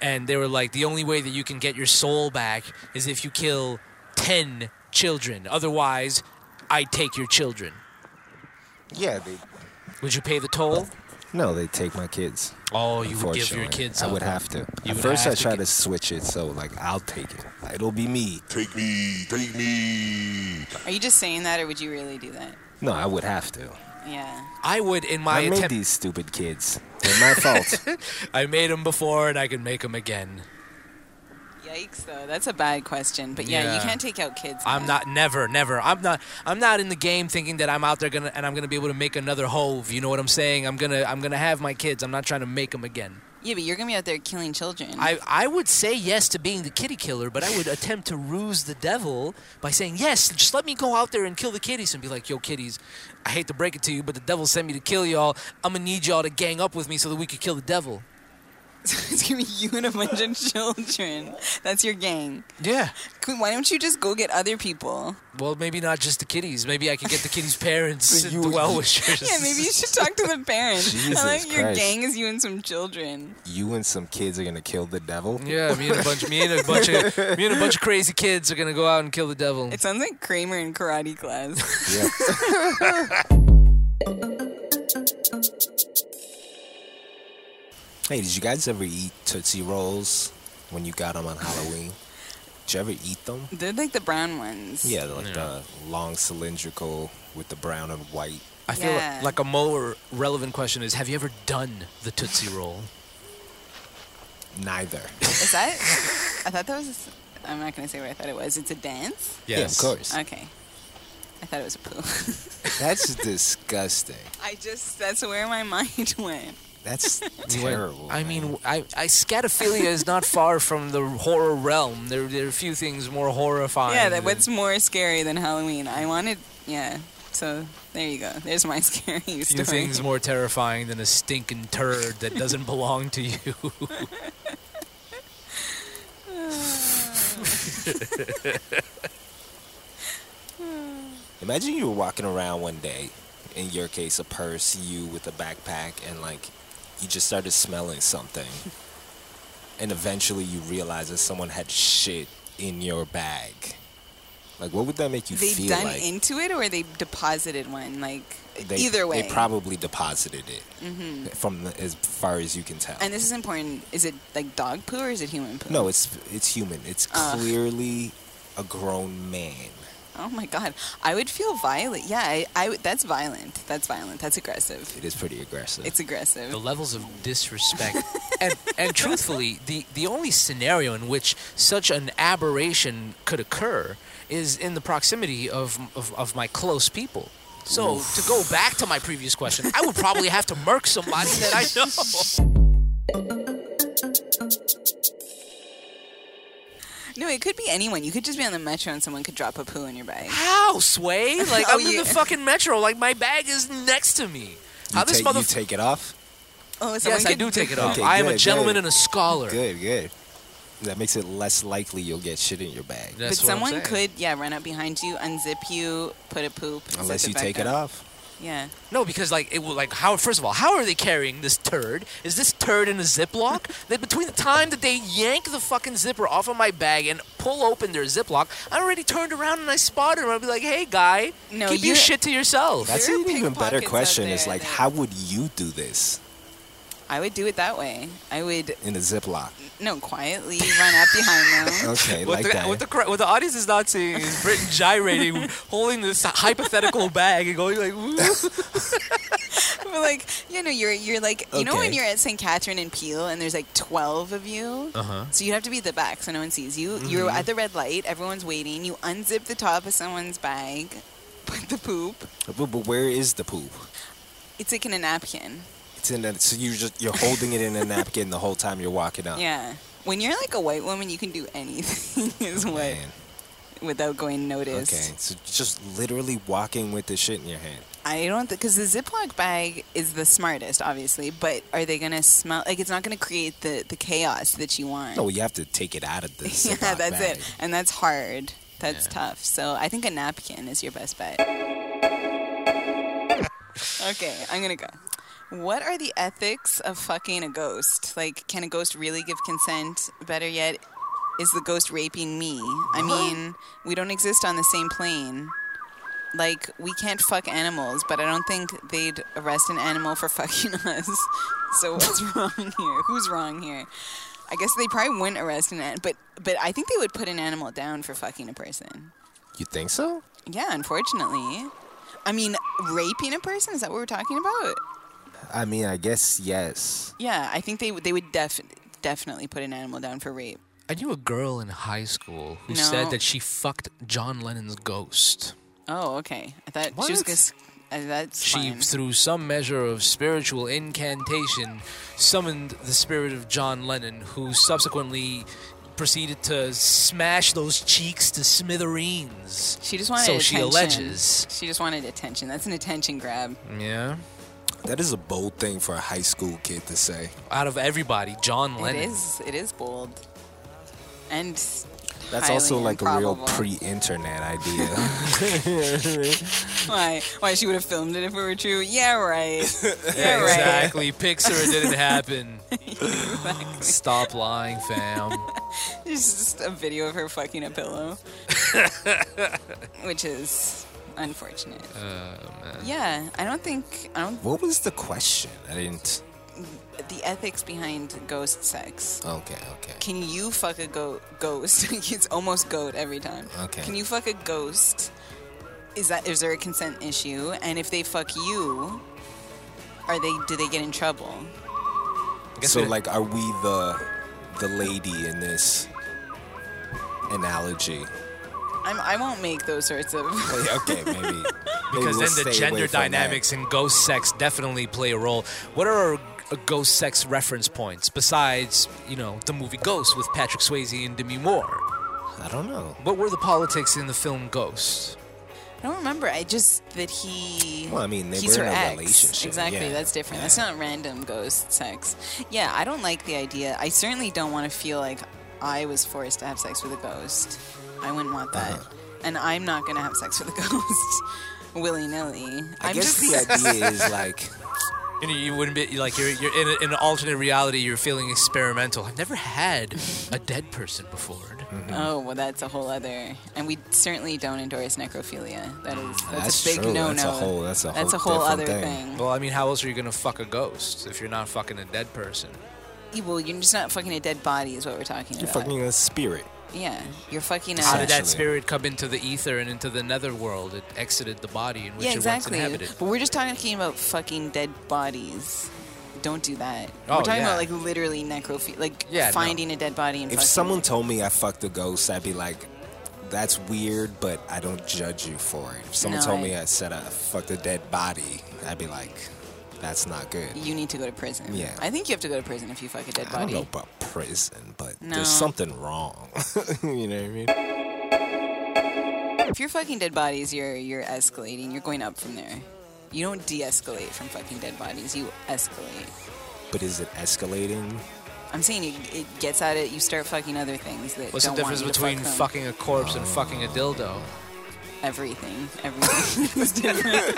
and they were like, the only way that you can get your soul back is if you kill ten children. Otherwise, I take your children.
Yeah, they.
Would you pay the toll?
No, they take my kids.
Oh, you would give your
unfortunately.
kids.
I
up.
would have to.
You
At
would
first,
have
I
to
try
get-
to switch it so like I'll take it. It'll be me.
Take me, take me.
Are you just saying that, or would you really do that?
No, I would have to.
Yeah.
I would in my
I made
attempt.
these stupid kids. They're my fault.
I made them before, and I can make them again.
Yikes, though. That's a bad question. But yeah, you
Yeah.
can't take out kids.
I'm
man.
not never never. I'm not I'm not in the game thinking that I'm out there gonna and I'm gonna be able to make another hove. You know what I'm saying? I'm gonna I'm gonna have my kids. I'm not trying to make them again.
Yeah, but you're gonna be out there killing children.
I I would say yes to being the kitty killer, but I would attempt to ruse the devil by saying yes. Just let me go out there and kill the kitties and be like, yo, kitties. I hate to break it to you, but the devil sent me to kill y'all. I'm gonna need y'all to gang up with me so that we could kill the devil.
it's gonna be you and a bunch of children. That's your gang.
Yeah.
Qu- Why don't you just go get other people?
Well, maybe not just the kitties. Maybe I could get the kitties' parents,
So
and
you-
the well wishers.
Yeah, maybe you should talk to the parents.
Jesus
I like your
Christ.
gang is you and some children.
you and some kids are gonna kill the devil.
Yeah, me and a bunch, me and a bunch of, me and a bunch of crazy kids are gonna go out and kill the devil.
It sounds like Kramer in karate class.
Yeah. hey, did you guys ever eat Tootsie Rolls when you got them on Halloween? Did you ever eat them?
They're like the brown ones.
Yeah, they're like the long cylindrical with the brown and white.
I feel
Yeah.
like a more relevant question is: Have you ever done the Tootsie Roll?
Neither.
Is that? I thought that was. I'm not gonna say what I thought it was. It's a dance.
Yeah, of course.
Okay. I thought it was a poo.
That's disgusting.
I just. That's where my mind went.
That's
You went-
terrible.
I
man.
mean, I, I scatophilia is not far from the horror realm. There, there are few things more horrifying.
Yeah, that
than-
what's more scary than Halloween? I wanted, yeah. So there you go. There's my scary
few
story.
things more terrifying than a stinking turd that doesn't belong to you.
Imagine you were walking around one day, in your case, a purse, you with a backpack, and like you just started smelling something. and eventually you realize that someone had shit in your bag. Like, what would that make you
they
feel
done
like?
into it, or they deposited one. Like
They-
either way. Mm-hmm.
They probably deposited it from the, as far as you can tell.
and this is important. Is it like dog poo or is it human poo?
no, it's, it's human. It's
Ugh.
clearly a grown man.
Oh my god, I would feel violent. Yeah, I, I would- that's violent. That's violent. That's aggressive.
It is pretty aggressive.
It's aggressive.
the levels of disrespect and and truthfully the the only scenario in which such an aberration could occur is in the proximity of of, of my close people so to go back to my previous question i would probably have to murk somebody that i know
no, it could be anyone. You could just be on the metro and someone could drop a poo in your bag.
how sway like
Oh,
i'm in
yeah.
the fucking metro like my bag is next to me
you,
how this
take, you
motherfucker
take it off?
Oh, someone
yes i
could-
do take it off
Okay,
i am a
good,
gentleman
good.
and a scholar
Good, good. That makes it less likely you'll get shit in your bag.
That's
but
what I'm
someone
saying.
could, yeah, run up behind you, unzip you, put a poop. zip
Unless you
back
take it
up.
off.
Yeah.
No, because like it will like how first of all, how are they carrying this turd? Is this turd in a ziploc? that between the time that they yank the fucking zipper off of my bag and pull open their ziploc, I already turned around and I spotted him. I'd be like, hey guy,
No,
keep
you-
your shit to yourself.
That's
There are
an even better
pickpockets out
question. Is
there
like,
that-
how would you do this
I would do it that way. I would
in a Ziploc?
no quietly run up behind them.
Okay,
what,
like
the,
that.
what, the, cra- what the audience is not seeing is Britain gyrating, holding this hypothetical bag and going like, "Ooh."
But like, you know, you're you're like, you know, when
Okay.
you're at St. Catherine and Peel, and there's like twelve of you, uh-huh. so you have to be at the back
Mm-hmm.
so no one sees you. You're at the red light, everyone's waiting. You unzip the top of someone's bag, with the poop.
But, but where is the poop?
It's like in a napkin.
It's in a, so you just you're holding it in a napkin the whole time you're walking up.
Yeah. When you're like a white woman, you can do anything is what
Man.
without going noticed.
Okay, so just literally walking with this shit in your hand.
I don't because the Ziploc bag is the smartest, obviously. But are they gonna smell? Like it's not gonna create the the chaos that you want.
No, you have to take it out of the
yeah,
Ziploc
that's
bag.
it, and that's hard. That's tough. So I think a napkin is your best bet. okay, I'm gonna go. What are the ethics of fucking a ghost? Like, can a ghost really give consent? Better yet, is the ghost raping me? I mean, we don't exist on the same plane. Like, we can't fuck animals, but I don't think they'd arrest an animal for fucking us. So what's wrong here? Who's wrong here? I guess they probably wouldn't arrest an animal, but but I think they would put an animal down for fucking a person.
You think so?
Yeah, unfortunately. I mean, raping a person is that what we're talking about?
I mean, I guess yes.
Yeah, I think they would- they would def- definitely put an animal down for rape.
I knew a girl in high school who said
No.
that she fucked John Lennon's ghost.
Oh, okay. I thought she was
What?
gonna. s- Uh, that's
She,
fine.
through some measure of spiritual incantation, summoned the spirit of John Lennon, who subsequently proceeded to smash those cheeks to smithereens.
She just wanted
So
attention.
she alleges.
She just wanted attention. That's an attention grab.
Yeah.
That is a bold thing for a high school kid to say.
Out of everybody, John Lennon.
It is. It is bold. And
That's
highly
also like a
improbable.
real pre-internet idea.
why why she would have filmed it if it were true. Yeah, right. Yeah, right.
Exactly. Picture it didn't happen. Stop lying, fam.
It's just a video of her fucking a pillow, which is unfortunate.
Oh,
Yeah, I don't think I don't
what was the question? I didn't.
the ethics behind ghost sex.
Okay, okay.
Can you fuck a go- ghost? it's almost goat every time.
Okay.
Can you fuck a ghost? Is that is there a consent issue? And if they fuck you, are they do they get in trouble?
guess
so
we-
like, are we the the lady in this analogy?
I'm, I won't make those sorts of.
Like, okay, maybe. maybe
Because
we'll
then the
stay
gender
away from that.
dynamics and ghost sex definitely play a role. What are our ghost sex reference points besides, you know, the movie Ghost with Patrick Swayze and Demi Moore?
I don't know.
What were the politics in the film Ghost?
I don't remember. I just that he.
Well, I mean, they
he's
were
her
in a
ex.
relationship,
Exactly,
yeah,
that's different.
yeah.
That's not random ghost sex. Yeah, I don't like the idea. I certainly don't want to feel like I was forced to have sex with a ghost. I wouldn't want that,
Uh-huh.
and I'm not gonna have sex with a ghost willy nilly.
I
I'm just
guess the idea is like,
You, know, you wouldn't be like you're, you're in, a, in an alternate reality. You're feeling experimental. I've never had a dead person before.
oh well, that's a whole other. And we certainly don't endorse necrophilia. That is that's,
That's
a big
true.
no no.
That's a whole- that's a whole different
other
thing.
thing.
Well, I mean, how else are you gonna fuck a ghost if you're not fucking a dead person?
Well, you're just not fucking a dead body, is what we're talking
you're
about.
fucking a spirit.
Yeah, you're fucking a.
How did that
Essentially.
spirit come into the ether and into the netherworld? It exited the body in which
yeah, exactly.
it once inhabited.
But we're just talking about fucking dead bodies. Don't do that.
Oh,
we're talking
yeah.
about like literally necrophilia, like
Yeah, no.
finding a dead body and
If
fucking
someone
it.
told me I fucked a ghost, I'd be like, that's weird, but I don't judge you for it. If someone
No,
told
I-
me I said I fucked a dead body, I'd be like, that's not good.
you need to go to prison.
Yeah.
I think you have to go to prison if you fuck a dead
I don't
body.
know about prison, but
No.
there's something wrong. you know what I mean?
If you're fucking dead bodies, you're you're escalating. You're going up from there. You don't de-escalate from fucking dead bodies. You escalate.
But is it escalating?
I'm saying it, it gets at it. You start fucking other things that
What's the
don't want
difference
you to
between
fuck them.
fucking a corpse and fucking a dildo?
everything. Everything is different.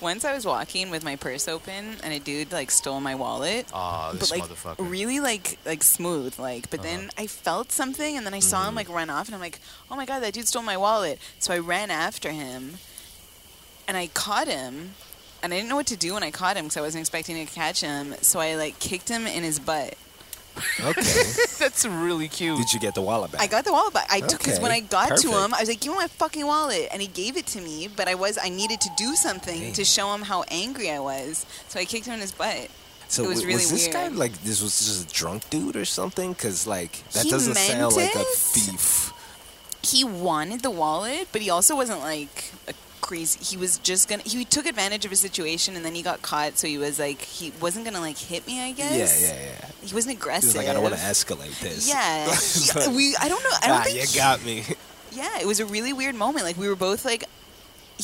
Once I was walking with my purse open and a dude like stole my wallet.
Oh,
Aw,
but like really like like smooth like but then I felt something and then I saw him like run off and I'm like, "Oh my god, that dude stole my wallet." So I ran after him and I caught him and I didn't know what to do when I caught him cuz I wasn't expecting to catch him. So I like kicked him in his butt.
Okay.
That's really cute.
Did you get the wallet back?
I got the wallet back. I took because
Okay,
when I got to
perfect.
him, I was like, "Give me my fucking wallet," and he gave it to me. But I was I needed to do something to show him how angry I was, so I kicked him in his butt.
So
It was
w-
really
was this guy
weird.
like this was just a drunk dude or something? Because like that
He
doesn't sound
meant
like a
it?
thief.
he wanted the wallet, but he also wasn't like a crazy. He was just gonna. He took advantage of a situation, and then he got caught. So he was like, he wasn't gonna like hit me. I guess.
Yeah, yeah, yeah.
He wasn't
He
aggressive.
was like, I don't want to escalate this.
Yeah,
It's
Yeah,
like,
we. I don't know. I don't
ah,
think.
you
he-
got me.
yeah, it was a really weird moment. Like we were both like,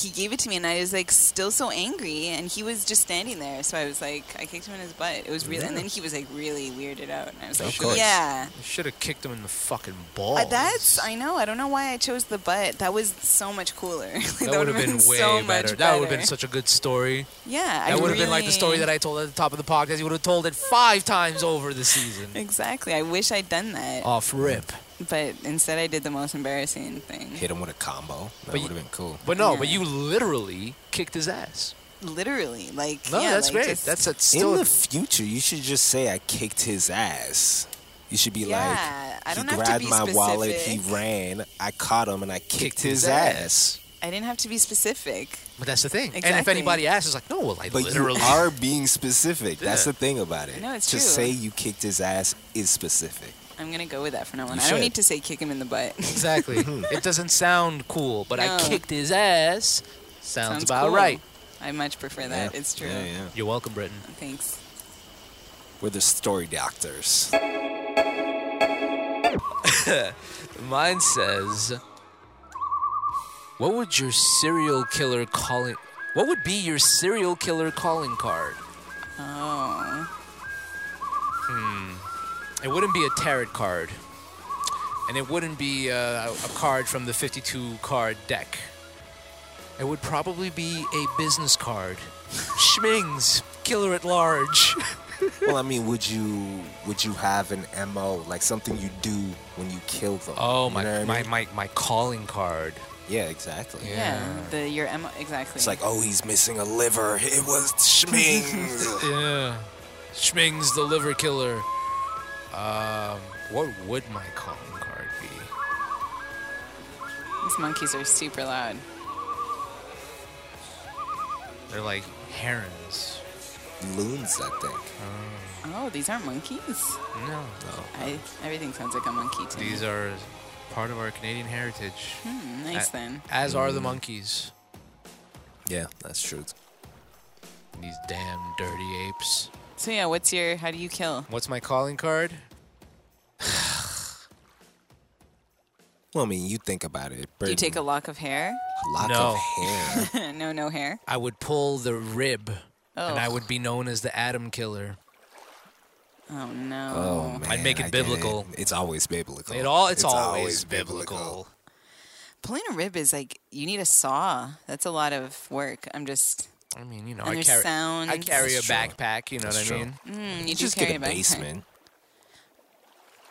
he gave it to me, and I was like still so angry, and he was just standing there. So I was like, I kicked him in his butt. It was really, and then he was like really weirded out, and I was
Of
like,
course.
yeah.
Should have kicked him in the fucking
Uh,
balls.
that's I know I don't know why I chose the butt. That was so much cooler. Like,
that,
would've
would have been, way
so much
better. That would have been such a good story.
Yeah, I
That would have been like the story that I told at the top of the podcast. You would have told it five times over this season.
Exactly. I wish I'd done that,
Off rip.
but instead I did the most embarrassing thing.
Hit him with a combo. That
But
would
you-
have been cool.
But no,
Yeah.
but you literally kicked his ass.
Literally, like
No,
yeah,
that's
like,
great.
just-
That's a,
In
still
the future, you should just say I kicked his ass. You should be
yeah.
like,
I don't
he
have
grabbed
to be
my
specific.
wallet, he ran, I caught him, and I kicked,
Kicked
his,
his
ass.
I didn't have to be specific.
But that's the thing. And if
Exactly.
anybody asks, it's like, no, well, I
But
literally.
you are being specific. That's
Yeah.
the thing about it.
I know, it's
to
true.
say you kicked his ass is specific.
I'm gonna go with that from now on.
You
I don't
should.
need to say kick him in the butt.
exactly. it doesn't sound cool, but I
No.
kicked his ass. Sounds,
Sounds
about
cool.
right.
I much prefer that. It's true.
Yeah, yeah.
You're welcome, Britain.
Thanks.
We're the story doctors.
Mine says, "What would your serial killer calling? What would be your serial killer calling card?
Oh,
It wouldn't be a tarot card, and it wouldn't be uh, a card from the 52 card deck. It would probably be a business card. Schmings, killer at large.
well, I mean, would you would you have an MO like something you do when you kill them?
Oh
You know what
my
I
my my,
mean?
my calling card.
Yeah, exactly.
yeah. The your emo- exactly.
It's like, oh, he's missing a liver. It was Schmings.
Yeah. Schming's the liver killer. Um, what would my calling card be?
these monkeys are super loud.
They're like herons.
Loons, I think.
Oh, these aren't monkeys.
No.
I, everything sounds like a monkey to me.
These are part of our Canadian heritage,
Hmm, nice
Uh,
then.
as are the monkeys.
Yeah, that's true.
These damn dirty apes.
So yeah, what's your? How do you kill?
What's my calling card?
Well, I mean, you think about it.
Do you
Burton,
take a lock of hair?
a lock
No.
of hair.
no, no hair.
I would pull the rib, and I
Oh.
would be known as the atom killer.
Oh no.
Oh man,
make it
I get
biblical.
It's always biblical.
It all—it's always, biblical.
Pulling a rib is like you need a saw. That's a lot of work. I'm just.
I mean, you know,
And
I
there's
carry, I
sounds.
carry a
That's true.
backpack. You know
That's
what I
true.
mean?
Mm, you
You
do
just
carry
get a
backpack.
basement.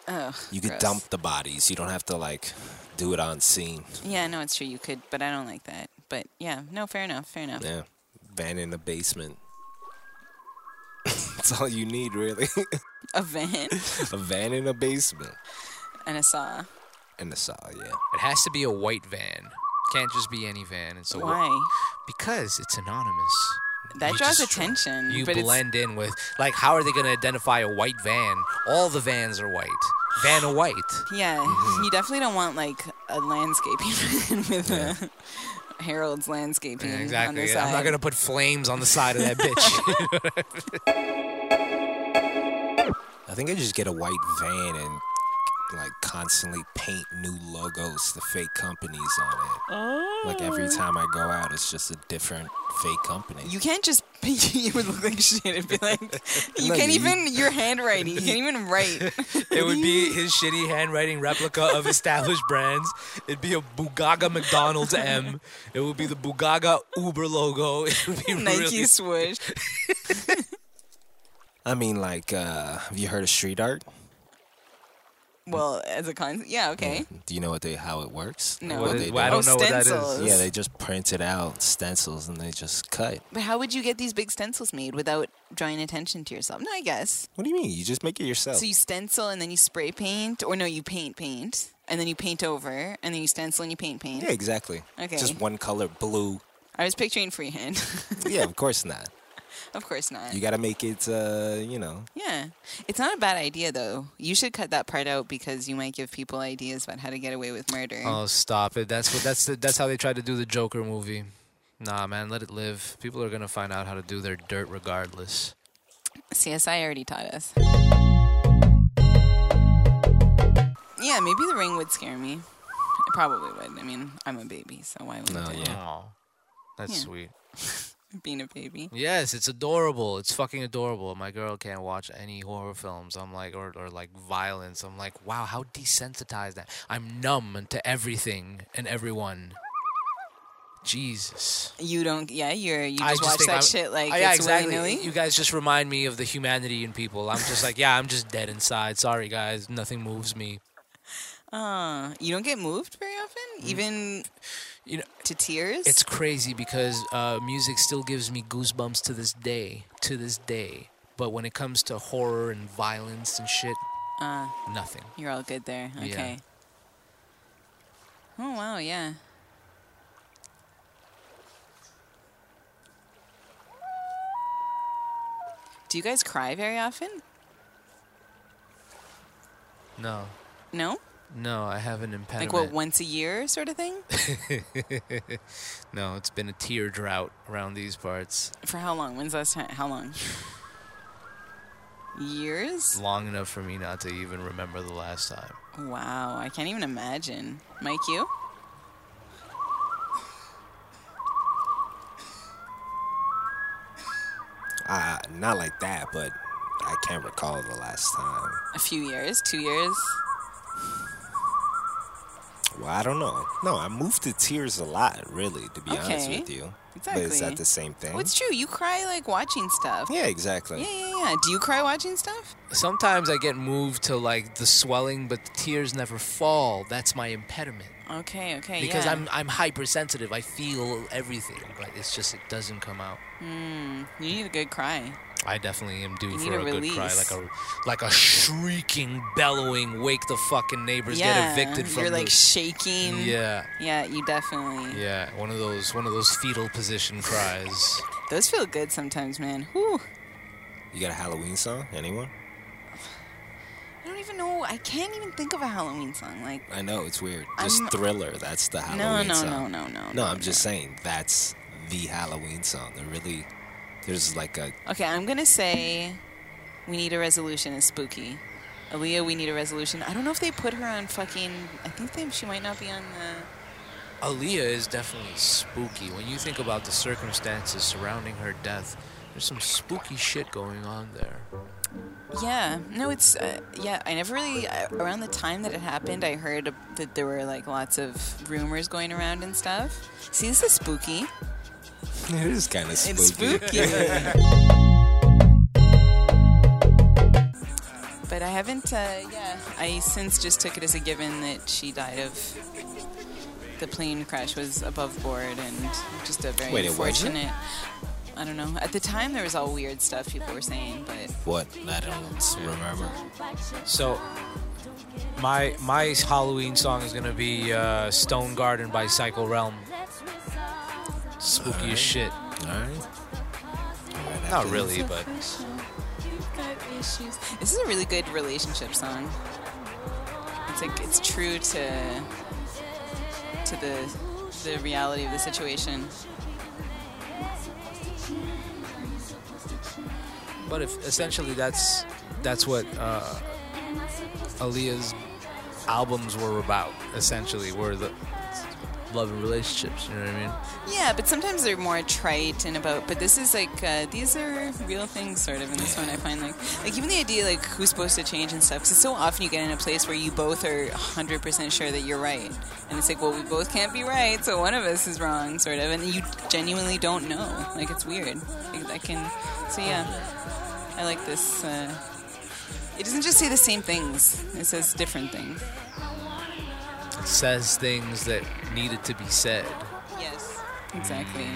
Oh,
You could
gross.
dump the bodies. You don't have to like do it on scene.
Yeah, no, it's true. You could, but I don't like that. But yeah, no, fair enough. Fair enough.
Yeah, van in the basement. That's all you need, really.
A van
a van in a basement
and a saw.
and a saw. Yeah.
It has to be a white van. Can't just be any van. It's a wh-
Why?
because it's anonymous.
That
You
draws
just draw-
attention.
You
Mm, but it's,
blend in with like how are they going to identify a white van? All the vans are white. Van a white.
Yeah,
Mm-hmm.
you definitely don't want like a landscaping with a Harold's landscaping
Yeah,
on the
exactly.
side.
I'm not going to put flames on the side of that bitch.
I think I just get a white van and like constantly paint new logos to fake companies on it. Like every
Oh.
time I go out, it's just a different fake company.
You can't just. you would look like shit. It'd be like you
No,
can't
you-
even your handwriting. You can't even write.
it would be his shitty handwriting replica of established brands. It'd be a Bugaga McDonald's M. It would be the Bugaga Uber logo. It would be
Nike
really
swoosh.
I mean, like, uh, have you heard of street art?
Well, as a con, yeah, okay.
Mm-hmm. Do you know what they how it works?
No.
What
What
is-
they
I
do?
don't know what that is.
stencils.
Yeah, they just print it out stencils and they just cut.
But how would you get these big stencils made without drawing attention to yourself? No, I guess.
What do you mean? You just make it
Oh.
yourself.
So you stencil and then you spray paint, or no, you paint paint and then you paint over, and then you stencil and you paint paint.
yeah, exactly.
Okay.
Just one color, blue.
I was picturing freehand.
yeah, of course not.
Of course not.
You gotta make it, uh, you know.
yeah. It's not a bad idea, though. You should cut that part out because you might give people ideas about how to get away with murder.
Oh, stop it! That's what that's the, that's how they tried to do the Joker movie. Nah, man, let it live. People are gonna find out how to do their dirt regardless.
CSI already taught us. Yeah, maybe the ring would scare me. It probably would. I mean, I'm a baby, so why would
No,
it?
yeah.
Oh, that's
Yeah.
sweet.
Being a baby.
Yes, it's adorable. It's fucking adorable. My girl can't watch any horror films. I'm like, or, or like violence. I'm like, wow, how desensitized that. I'm numb to everything and everyone. Jesus.
You don't. Yeah, you're. You just, watch
think
that
I'm-
shit like
Oh, yeah,
it's
exactly.
willy nilly.
You guys just remind me of the humanity in people. I'm just like, yeah, I'm just dead inside. Sorry, guys. Nothing moves me.
Uh, you don't get moved very often, even
You know,
to tears.
Hmm. it's crazy because uh, music still gives me goosebumps to this day. To this day. But when it comes to horror and violence and shit,
uh,
nothing.
you're all good there.
Yeah.
Okay. Oh wow, yeah. Do you guys cry very often?
No.
No,
No, I have an
like
impediment.
what once a year sort of thing.
no, it's been a tear drought around these parts.
For how long? When's the last time? How long? Years?
Long enough for me not to even remember the last time.
Wow, I can't even imagine. Mike, you?
Uh, not like that, but I can't recall the last time.
A few years? Two years?
Well, I don't know. No, I moved to tears a lot, really, to be honest
Okay.
with you. But is
Exactly.
that the same thing?
Well, it's true. You cry like watching stuff.
yeah, exactly.
Yeah, yeah, yeah. Do you cry watching stuff?
Sometimes I get moved to like the swelling, but the tears never fall. That's my impediment
Okay, okay.
because
yeah.
I'm I'm hypersensitive. I feel everything, but it's just it doesn't come out.
Hmm, You need a good cry.
I definitely am due
You need
for
a
a, good cry,
release.
like a like a shrieking, bellowing, wake the fucking neighbors,
yeah.
get evicted from
You're
the
like shaking.
yeah
Yeah, you definitely.
yeah one of those one of those fetal position cries.
Those feel good sometimes, man. Whew.
You got a Halloween song? Anyone?
I don't even know. I can't even think of a Halloween song. Like,
I know it's weird. Just
I'm-
Thriller. That's the
no,
Halloween
no,
song.
no, no, no.
No, I'm just saying that's the Halloween song. There really, there's like a
Okay, I'm gonna say we need a resolution is spooky. Aaliyah, we need a resolution. I don't know if they put her on fucking. I think they, she might not be on the.
Aaliyah is definitely spooky. When you think about the circumstances surrounding her death, there's some spooky shit going on there.
Yeah, no, it's uh, yeah. I never really uh, around the time that it happened. I heard that there were like lots of rumors going around and stuff. See, this is spooky.
it is kind of spooky.
It's spooky. but I haven't. Uh, yeah, I since just took it as a given that she died of the plane crash was above board and just a very
Wait, it wasn't?
unfortunate. I don't know. At the time, there was all weird stuff people were saying, but
What? I don't remember.
So, my my Halloween song is gonna be uh, "Stone Garden" by Cycle Realm. Spooky as shit.
All right.
Not really, but
this is a really good relationship song. It's like it's true to to the the reality of the situation.
but if essentially that's that's what uh, Aaliyah's albums were about. Essentially, were the love and relationships. You know what I mean?
Yeah, but sometimes they're more trite and about. But this is like uh, these are real things, sort of. In this one, I find like like even the idea like who's supposed to change and stuff. Because so often you get in a place where you both are hundred percent sure that you're right, and it's like, well, we both can't be right, so one of us is wrong, sort of. And you genuinely don't know. Like it's weird. Like that can. So yeah, I like this. Uh, it doesn't just say the same things; it says different things.
It says things that needed to be said.
Yes, exactly.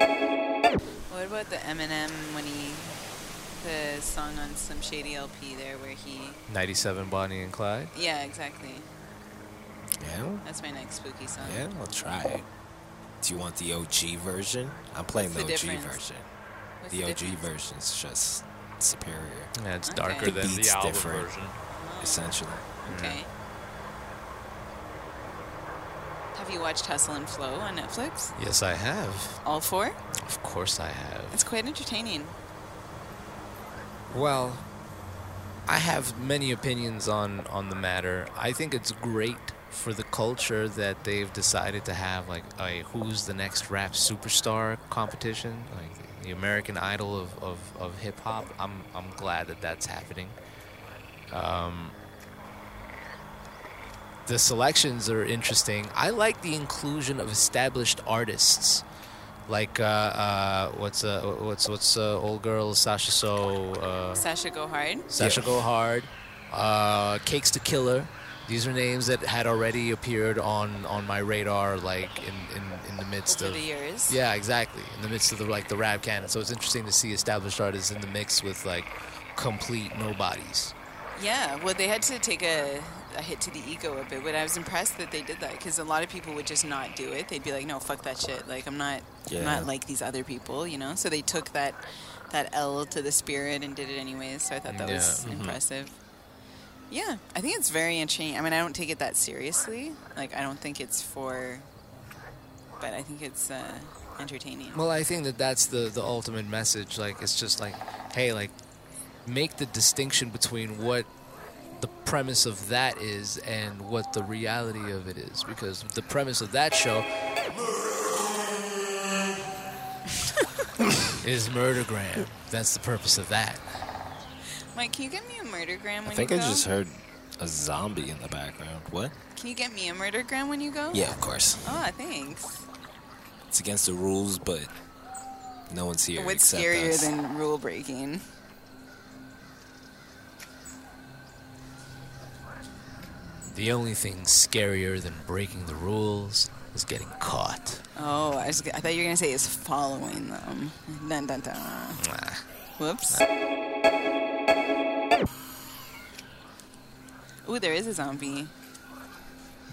What about the Eminem when he the song on some shady LP there where he
Ninety-seven, Bonnie and Clyde.
yeah exactly
Yeah,
that's my next spooky song.
yeah, I'll try it. Do you want the OG version? I'm playing
What's
the OG
the difference?
version.
What's
The OG
difference?
version's just superior,
Yeah, it's
Okay.
darker
The
than the
beat's
album
different.
version.
essentially.
Okay. Have you watched Hustle and Flow on Netflix?
Yes, I have.
All four?
Of course, I have.
It's quite entertaining.
Well, I have many opinions on on the matter. I think it's great for the culture that they've decided to have like a who's the next rap superstar competition, like the American Idol of of, of hip hop. I'm I'm glad that that's happening. Um, the selections are interesting. I like the inclusion of established artists, like uh, uh, what's uh, what's what's uh, old girl Sasha So, uh,
Sasha Go Hard.
Sasha
Yeah.
Go Hard, uh, Cakes to Killer. These are names that had already appeared on, on my radar, like in, in, in the midst
Over
of
the years.
yeah, exactly. In the midst of the like the rap canon, so it's interesting to see established artists in the mix with like complete nobodies.
Yeah, well, they had to take a, a hit to the ego a bit, but I was impressed that they did that because a lot of people would just not do it. They'd be like, "No, fuck that shit. Like, I'm not,
Yeah.
I'm not like these other people," you know. So they took that that L to the spirit and did it anyways. So I thought that
Yeah,
was
mm-hmm.
impressive. Yeah, I think it's very interesting. I mean, I don't take it that seriously. Like, I don't think it's for, but I think it's uh, entertaining.
Well, I think that that's the the ultimate message. Like, it's just like, hey, like, make the distinction between what the premise of that is and what the reality of it is, because the premise of that show is murdergram. That's the purpose of that.
Mike, can you get me a murdergram when
I think I
you go?
just heard a zombie in the background. What?
Can you get me a murdergram when you go?
Yeah, of course.
Oh, thanks.
It's against the rules, but no one's here
What's
except
scarier
us.
than rule breaking?
The only thing scarier than breaking the rules is getting caught.
Oh, I, was, I thought you were gonna say is following them. Dun dun dun.
Mwah.
Whoops. Ooh, there is a zombie.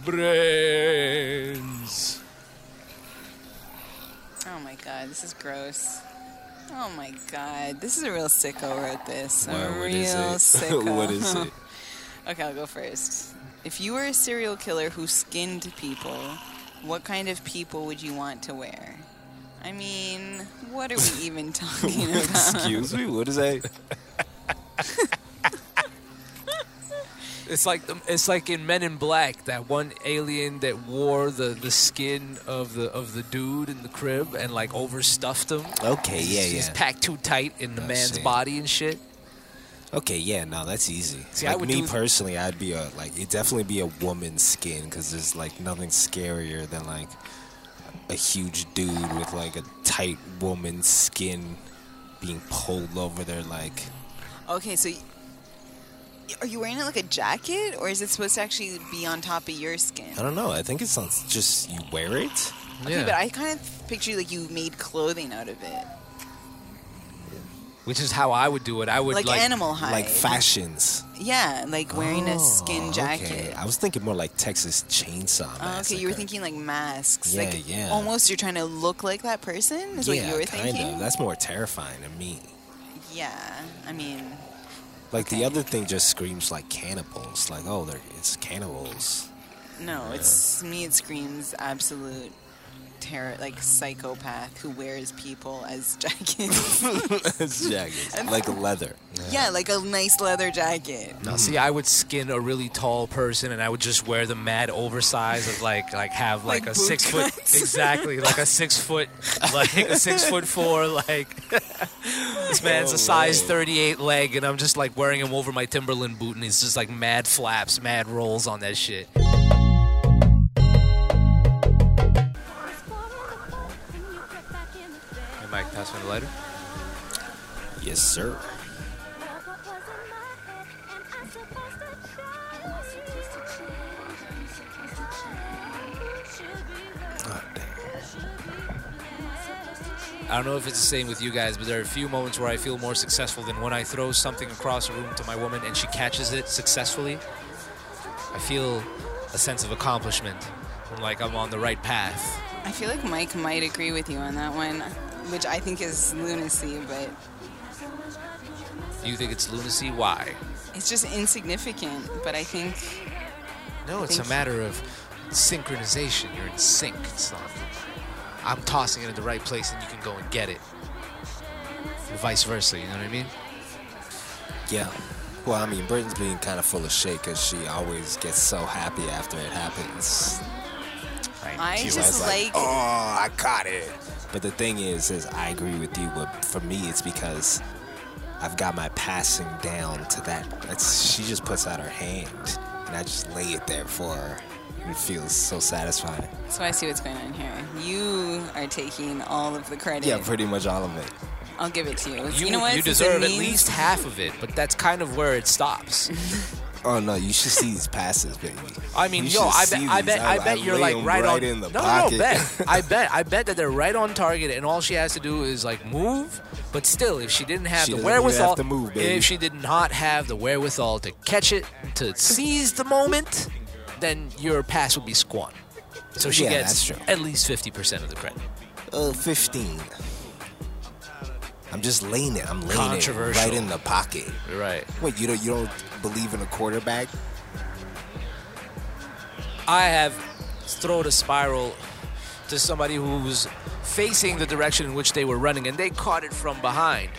Brains.
Oh my god, this is gross. Oh my god, this is a real sicko wrote this. A
Wow, what
real
is it?
sicko.
what is it?
Okay, I'll go first. If you were a serial killer who skinned people, what kind of people would you want to wear? I mean, what are we even talking about?
Excuse me. What is that?
It's like the- it's like in Men in Black, that one alien that wore the, the skin of the of the dude in the crib and like overstuffed him.
Okay, yeah,
He's
yeah.
packed too tight in the
I
man's
see.
body and shit.
Okay, yeah, no, that's easy.
See, I
like
would
me
do-
personally, I'd be a like it'd definitely be a woman's skin because there's like nothing scarier than like a huge dude with like a tight woman's skin being pulled over their like
Okay, so y- are you wearing it like a jacket, or is it supposed to actually be on top of your skin?
I don't know. I think it's not just you wear it.
Okay, but I kind of picture like you made clothing out of it,
Which is how I would do it. I would
like,
like,
animal hide.
Like fashions.
yeah, like wearing a
Oh,
skin jacket.
Okay. I was thinking more like Texas chainsaw.
Oh, okay,
Massacre.
you were thinking like masks.
Yeah,
like
yeah.
Almost, you're trying to look like that person. Is
yeah,
what you were
kind
thinking.
of. That's more terrifying to me.
yeah, I mean,
Like
Okay.
the other thing just screams like cannibals. Like oh, they're, it's cannibals.
no, it's me. It screams absolute terror, like psychopath who wears people as jackets.
It's jacket, like leather.
yeah, like a nice leather jacket.
No, see, I would skin a really tall person, and I would just wear the mad oversize of like, like have like, a
Like boot
six foot,
cuts.
exactly, like a six foot, like a six foot four, like this man's a size thirty eight leg, and I'm just like wearing him over my Timberland boot, and he's just like mad flaps, mad rolls on that shit. Hey, Mike, pass me the lighter.
Yes, sir. Oh, damn.
I don't know if it's the same with you guys, but there are a few moments where I feel more successful than when I throw something across a room to my woman and she catches it successfully. I feel a sense of accomplishment, and like I'm on the right path.
I feel like Mike might agree with you on that one, which I think is lunacy, but
You think it's lunacy? Why?
it's just insignificant. But I think
No, it's a
think-
matter of synchronization. You're in sync. It's not. I'm tossing it at the right place, and you can go and get it. Or vice versa. You know what I mean?
Yeah. Well, I mean, Britain's being kind of full of shit because she always gets so happy after it happens.
I
She
just
was
like,
oh, I caught it. But the thing is, is I agree with you. But for me, it's because I've got my passing down to that. That's, she just puts out her hand, and I just lay it there for her. And it feels so satisfying.
so I see what's going on here. You are taking all of the credit.
Yeah, pretty much all of it.
I'll give it to you. You, know what?
You
Since it
deserve at
means-
least half of it, but that's kind of where it stops.
Oh no, you should see these passes, baby.
I mean,
You
yo,
should
I
see
bet, I
these.
bet, I, bet you're
lay
like
'em
right, on.
in the
no,
pocket.
no, bet. I bet, I bet that they're right on target, and all she has to do is like move. But still, if she didn't have
She
the
doesn't even
wherewithal,
have to move, baby.
if she did not have the wherewithal to catch it, to seize the moment, then your pass would be squandered. So she
Yeah,
gets
that's true.
at least fifty percent of the credit.
Uh, 15. I'm just laying it. I'm laying it
Controversial.
right in the pocket.
Right.
Wait, you don't you don't believe in a quarterback?
I have thrown a spiral to somebody who was facing the direction in which they were running and they caught it from behind.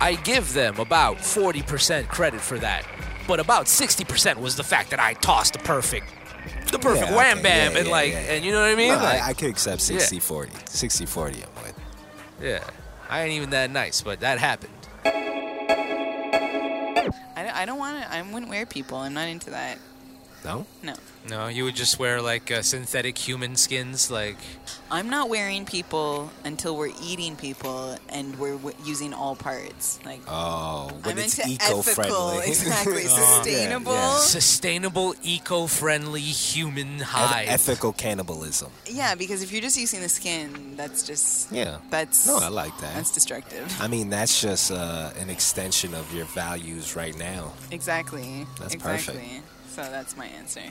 I give them about 40% credit for that, but about 60% was the fact that I tossed the perfect the perfect
Yeah,
wham
okay,
bam
yeah,
and
yeah,
like
yeah.
and you know what I mean?
No,
like,
I, I could accept
Yeah.
60 40. 60 40, I'm with.
yeah. I ain't even that nice, but that happened.
I don't, I don't want to. I wouldn't wear people. I'm not into that.
No?
No.
No, you would just wear like uh, synthetic human skins like
I'm not wearing people until we're eating people and we're w- using all parts. Like
Oh,
I'm
when it's
into
eco
ethical,
friendly.
exactly sustainable.
Yeah,
sustainable eco-friendly human hive.
ethical cannibalism.
Yeah, because if you're just using the skin, that's just
Yeah.
that's
No, I like that.
that's destructive.
I mean, that's just uh, an extension of your values right now.
Exactly.
That's
exactly.
perfect.
So that's my answer.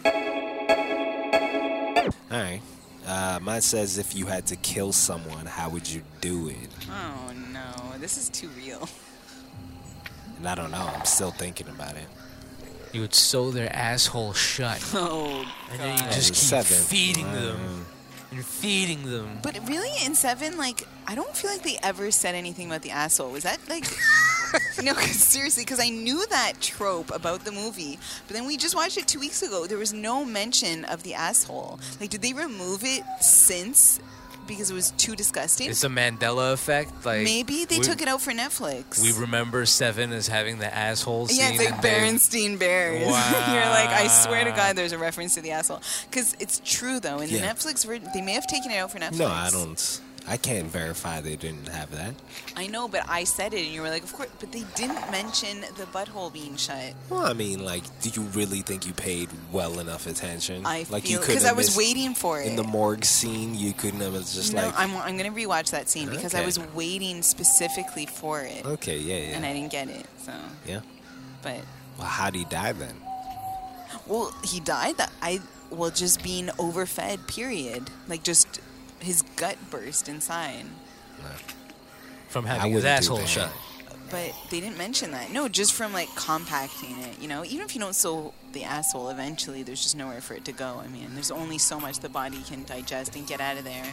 All right. Uh, mine says if you had to kill someone, how would you do it?
Oh no, this is too real.
And I don't know. I'm still thinking about it.
you would sew their asshole shut.
Oh
And then you
God.
just
It
keep
was seven.
feeding them and feeding them.
But really, in seven, like I don't feel like they ever said anything about the asshole. Was that like? no, 'cause seriously, because I knew that trope about the movie, but then we just watched it two weeks ago. There was no mention of the asshole. Like, did they remove it since because it was too disgusting?
It's a Mandela effect. Like
Maybe they
we,
took it out for Netflix.
We remember Seven as having the asshole
Yeah,
scene.
it's like
and they-
Berenstein Bears. You're like, I swear to God, there's a reference to the asshole. Because it's true, though. In the
Yeah.
Netflix version, they may have taken it out for Netflix.
No, I don't. I can't verify they didn't have that.
I know, but I said it, and you were like, of course. But they didn't mention the butthole being shut.
Well, I mean, like, do you really think you paid well enough attention?
I
like
feel
couldn't
because I
have
was
missed-
waiting for it.
in the morgue scene. You couldn't have it's just
no,
like,
I'm, I'm going to rewatch that scene because I
Okay.
was waiting specifically for it,
okay, yeah,
and
yeah,
I didn't get it. So,
yeah.
but
Well, how'd he die then?
well, he died. That I well, just being overfed. Period. Like just his gut burst inside.
from
I
having his
wouldn't do
asshole
that.
shut.
But they didn't mention that. No, just from like compacting it, you know. Even if you don't sew the asshole, eventually there's just nowhere for it to go. I mean, there's only so much the body can digest and get out of there.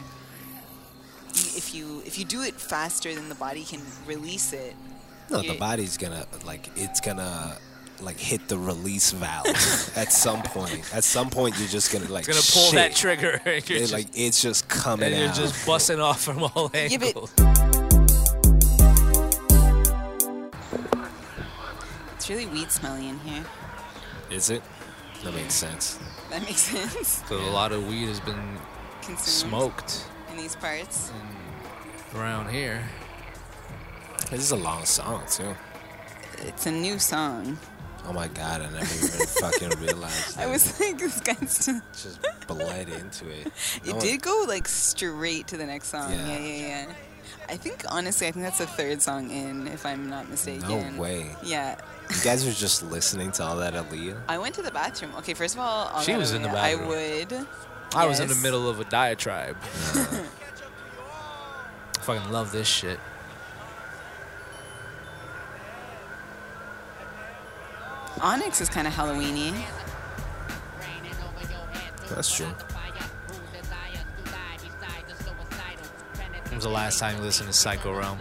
You- If you if you do it faster than the body can release it,
No, the
You-
body's gonna like it's gonna like hit the release valve at some point. At some point, you're just gonna like
Gonna pull that
shit.
trigger. And you're
It,
just,
like it's just coming
and you're
out.
just busting off from all
Yeah, but-
angles.
it's really weed smelly in here.
Is it? That makes sense.
That makes sense.
So a lot of weed has been
Consumed
smoked
in these parts.
around here.
This is a long song too.
It's a new song.
Oh my god, I never even fucking realized.
I
that.
was like, this guy's. Just,
just bled into it.
Oh, it
No
did go like straight to the next song. Yeah.
Yeah.
yeah, yeah, I think honestly, I think that's the third song in, if I'm not mistaken.
way.
Yeah,
You guys were just listening to all that Aaliyah.
I went to the bathroom. Okay, first of all, all
She
that
was in the
I
bathroom.
would.
I was in the
Yes.
middle of a diatribe. Fucking love this shit.
Onyx is kind of Halloweeny.
That's true.
When was the last time you listened to Psycho Realm?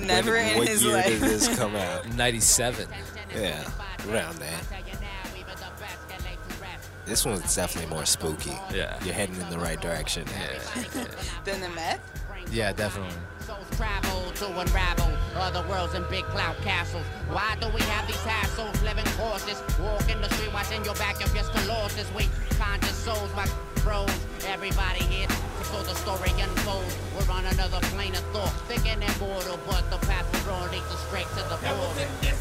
Never
when,
in
what
his
year
life.
did this come out?
97.
Yeah, around that. This one's definitely more spooky.
Yeah.
You're heading in the right direction.
Yeah,
Then the meth.
yeah definitely.
Souls travel to unravel other worlds in big cloud castles. Why do we have these hassles? Living courses, walking the street, watching your back of your colossus. We conscious souls, my bros. Everybody here, so the story unfolds. We're on another plane of thought, thinking immortal, but the path we're on leads us straight to the border. Let it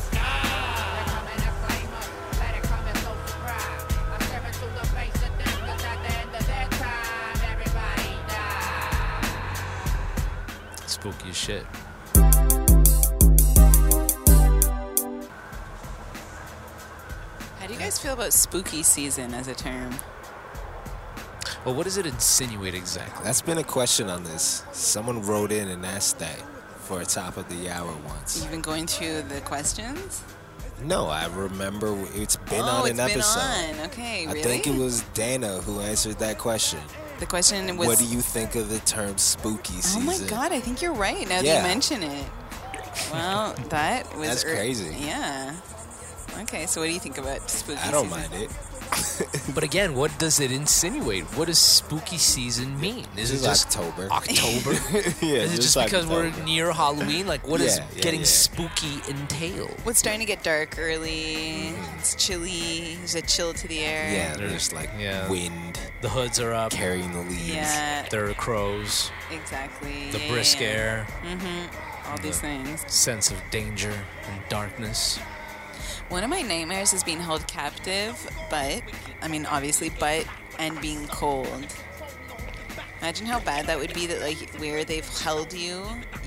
come in a flavor, let it come as no surprise. I'm staring through the face of death, 'cause at the end of their time, everybody dies.
Spooky as shit.
How do you guys feel about spooky season as a term?
Well, what does it insinuate exactly?
That's been a question on this. Someone wrote in and asked that for a top of the hour once.
You've been going through the questions.
No, I remember it's been
oh,
on
it's
an
been
episode.
on. Okay, really.
I think it was Dana who answered that question.
the question was.
what do you think of the term spooky
Oh
season?
my god! I think you're right. Now that
Yeah.
you mention it. Well, that was.
That's crazy.
Yeah. Okay, so what do you think about spooky?
I don't
season?
mind it.
But again, what does it insinuate? What does spooky season mean? Is
This
it
is
just
October.
October?
yeah,
is it just because we're near Halloween? Like, what does
Yeah, yeah,
getting
yeah.
spooky entail?
Well, it's starting to get dark early. It's chilly. There's a chill to the air.
Yeah, there's like
Yeah.
wind
The hoods are up.
carrying the leaves.
Yeah,
There are crows.
exactly.
The
Yeah,
brisk
yeah, yeah.
air.
All these things.
Sense of danger and darkness.
One of my nightmares is being held captive, but I mean, obviously, but and being cold. Imagine how bad that would be. That like where they've held you,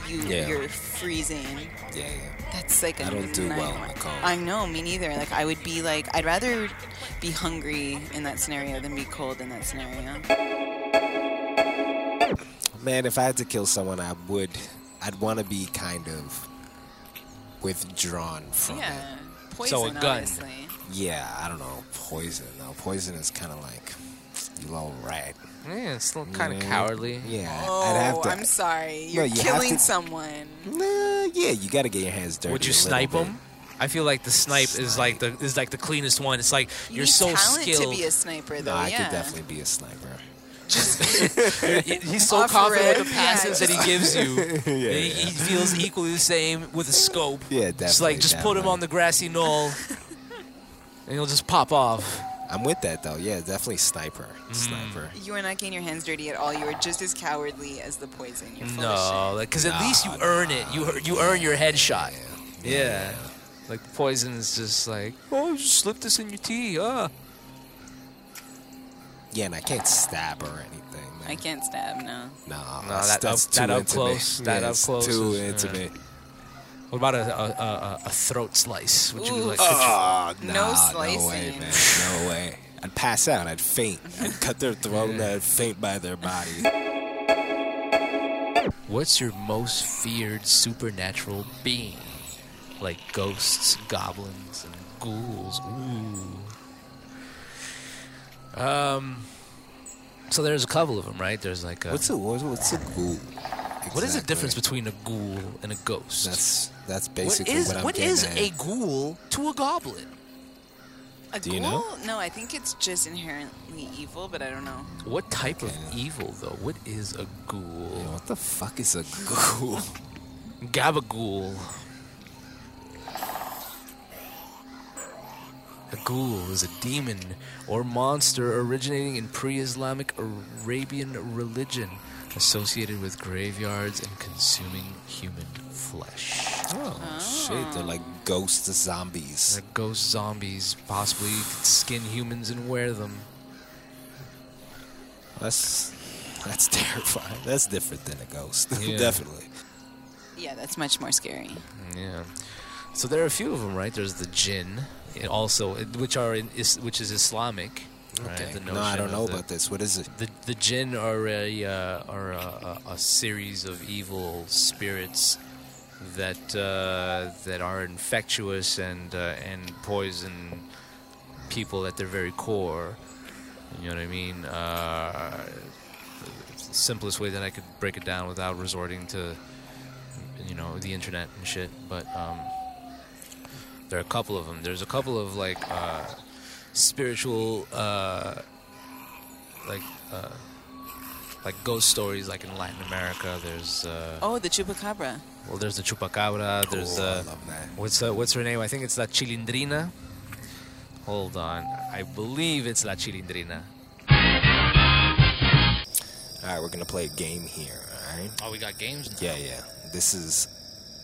you
Yeah.
you're freezing.
Yeah, yeah.
That's like a
I don't do well
nightmare.
in the cold.
I know, me neither. Like I would be like, I'd rather be hungry in that scenario than be cold in that scenario.
Man, if I had to kill someone, I would. I'd want to be kind of withdrawn from
Yeah, poison.
So a gun.
Obviously.
it. Yeah, I don't know. Poison. Now, poison is kind of like you little rat.
Yeah, it's still kind of
Yeah.
cowardly.
Yeah,
Oh,
I'd have to.
I'm sorry. You're
you have
killing
to-
someone.
Nah, yeah, you got to get your hands dirty.
Would you
a little
snipe
bit.
them? I feel like the snipe, is like the is like the cleanest one. It's like
You
are
need
so
talent
skilled.
to be a sniper, though.
No, I
yeah.
could definitely be a sniper.
He's so
Offer
confident
it.
with the passes
Yeah.
that he gives you. he, he feels equally the same with a scope.
Yeah,
Just like
definitely,
just put him
definitely.
on the grassy knoll, and he'll just pop off.
I'm with that though. Yeah, definitely sniper.
Mm.
Sniper.
You are not getting your hands dirty at all. You are just as cowardly as the poison. You're full
No,
of
like because at least you earn it. You ear- you earn your headshot. Yeah. Like the poison is just like, oh, just slip this in your tea. Ah.
Yeah, and I can't stab or anything.
shit. I
Man.
can't stab, no.
No,
No, that
that's
up-
too
that up
intimate.
close- that
yeah,
up
it's
close
Too
is- yeah.
intimate.
What about a a, a, a throat slice? Would you
Ooh.
like? Ah,
Oh,
No
No way,
slicing.
man. No way. I'd pass out. I'd faint. I'd cut their throat and I'd faint by their body.
What's your most feared supernatural being? Like ghosts, goblins, and ghouls. Ooh. Um. So there's a couple of them, right? There's like a.
What's a what's, what's a ghoul?
what is the
Exactly.
difference between a ghoul and a ghost?
That's that's
what
basically
is
what I'm
what
getting
is
at.
a ghoul to a goblin?
A
Do you
ghoul?
know?
No, I think it's just inherently evil, but I don't know.
What type of
Okay.
evil though? What is a ghoul?
What the fuck is a ghoul?
Gabagool. A ghoul is a demon or monster originating in pre Islamic Arabian religion associated with graveyards and consuming human flesh.
oh, shit! They're
Oh.
like ghost zombies.
They're ghost zombies, possibly skin humans and wear them.
That's that's terrifying. That's different than a ghost.
Yeah.
Definitely.
Yeah, that's much more scary.
Yeah. So there are a few of them, right? There's the jinn, and also which are in, is, which is Islamic. right?
Okay.
The
no, I
notion
don't
of
know
the-
about this. What is it?
the the jinn are a uh, are a, a, a series of evil spirits that uh, that are infectious and uh, and poison people at their very core. You know what I mean? Uh, it's the simplest way that I could break it down without resorting to you know the internet and shit, but. Um, there are a couple of them. There's a couple of like uh, spiritual, uh, like uh, like ghost stories, like in Latin America. There's uh,
Oh, the chupacabra.
well, there's the chupacabra. There's
Oh, I
uh,
love that.
what's uh, what's her name? I think it's La Chilindrina. Hold on, I believe it's La Chilindrina.
All right, we're gonna play a game here. All right.
Oh, we got games. Now.
Yeah, yeah. This is.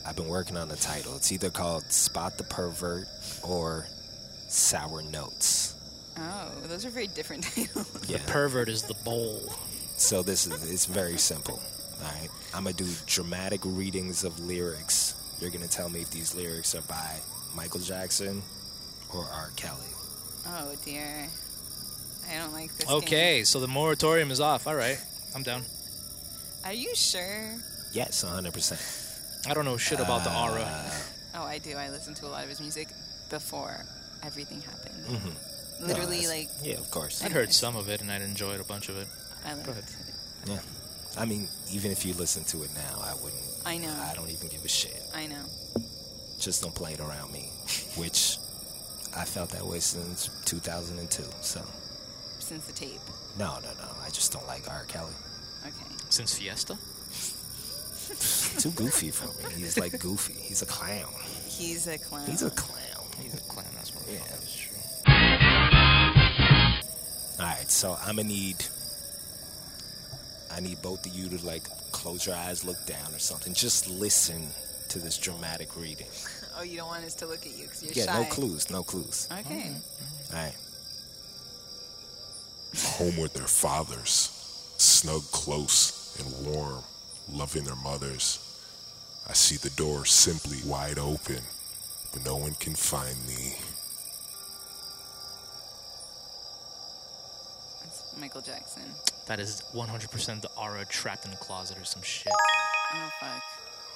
I've been working on the title. It's either called Spot the Pervert or Sour Notes.
Oh, those are very different titles.
Yeah.
Pervert is the bowl.
so this is it's very simple. All right. I'm gonna do dramatic readings of lyrics. You're gonna tell me if these lyrics are by Michael Jackson or R. Kelly.
Oh dear, I don't like this. game.
Okay, so the moratorium is off. All right, I'm down.
Are you sure?
Yes, 100. percent
I don't know shit about the aura.
Oh, I do. I listened to a lot of his music before everything happened.
Mm-hmm.
Literally, like
Yeah, of course.
I'd heard some of it and I'd enjoyed a bunch of it.
I liked
ahead.
it.
Yeah. I mean, even if you listen to it now, I wouldn't.
I know.
I don't even give a shit.
I know.
just don't play it around me, which I felt that way since 2002. So,
Since the tape.
no, no, no. I just don't like R. Kelly.
Okay.
Since Fiesta?
Too goofy for me. He's like goofy. He's a clown.
He's a clown.
He's a clown.
He's a clown, that's what
Yeah. All right, so I'm gonna need. I need both of you to like close your eyes, look down, or something. Just listen to this dramatic reading.
oh, you don't want us to look at you because you're
yeah,
shy. Mm-hmm.
no clues, no clues.
Okay.
All right.
home with their fathers, snug close and warm, loving their mothers. I see the door simply wide open, but no one can find me.
That's Michael Jackson.
That is 100% the aura trapped in a closet or some shit.
Oh fuck.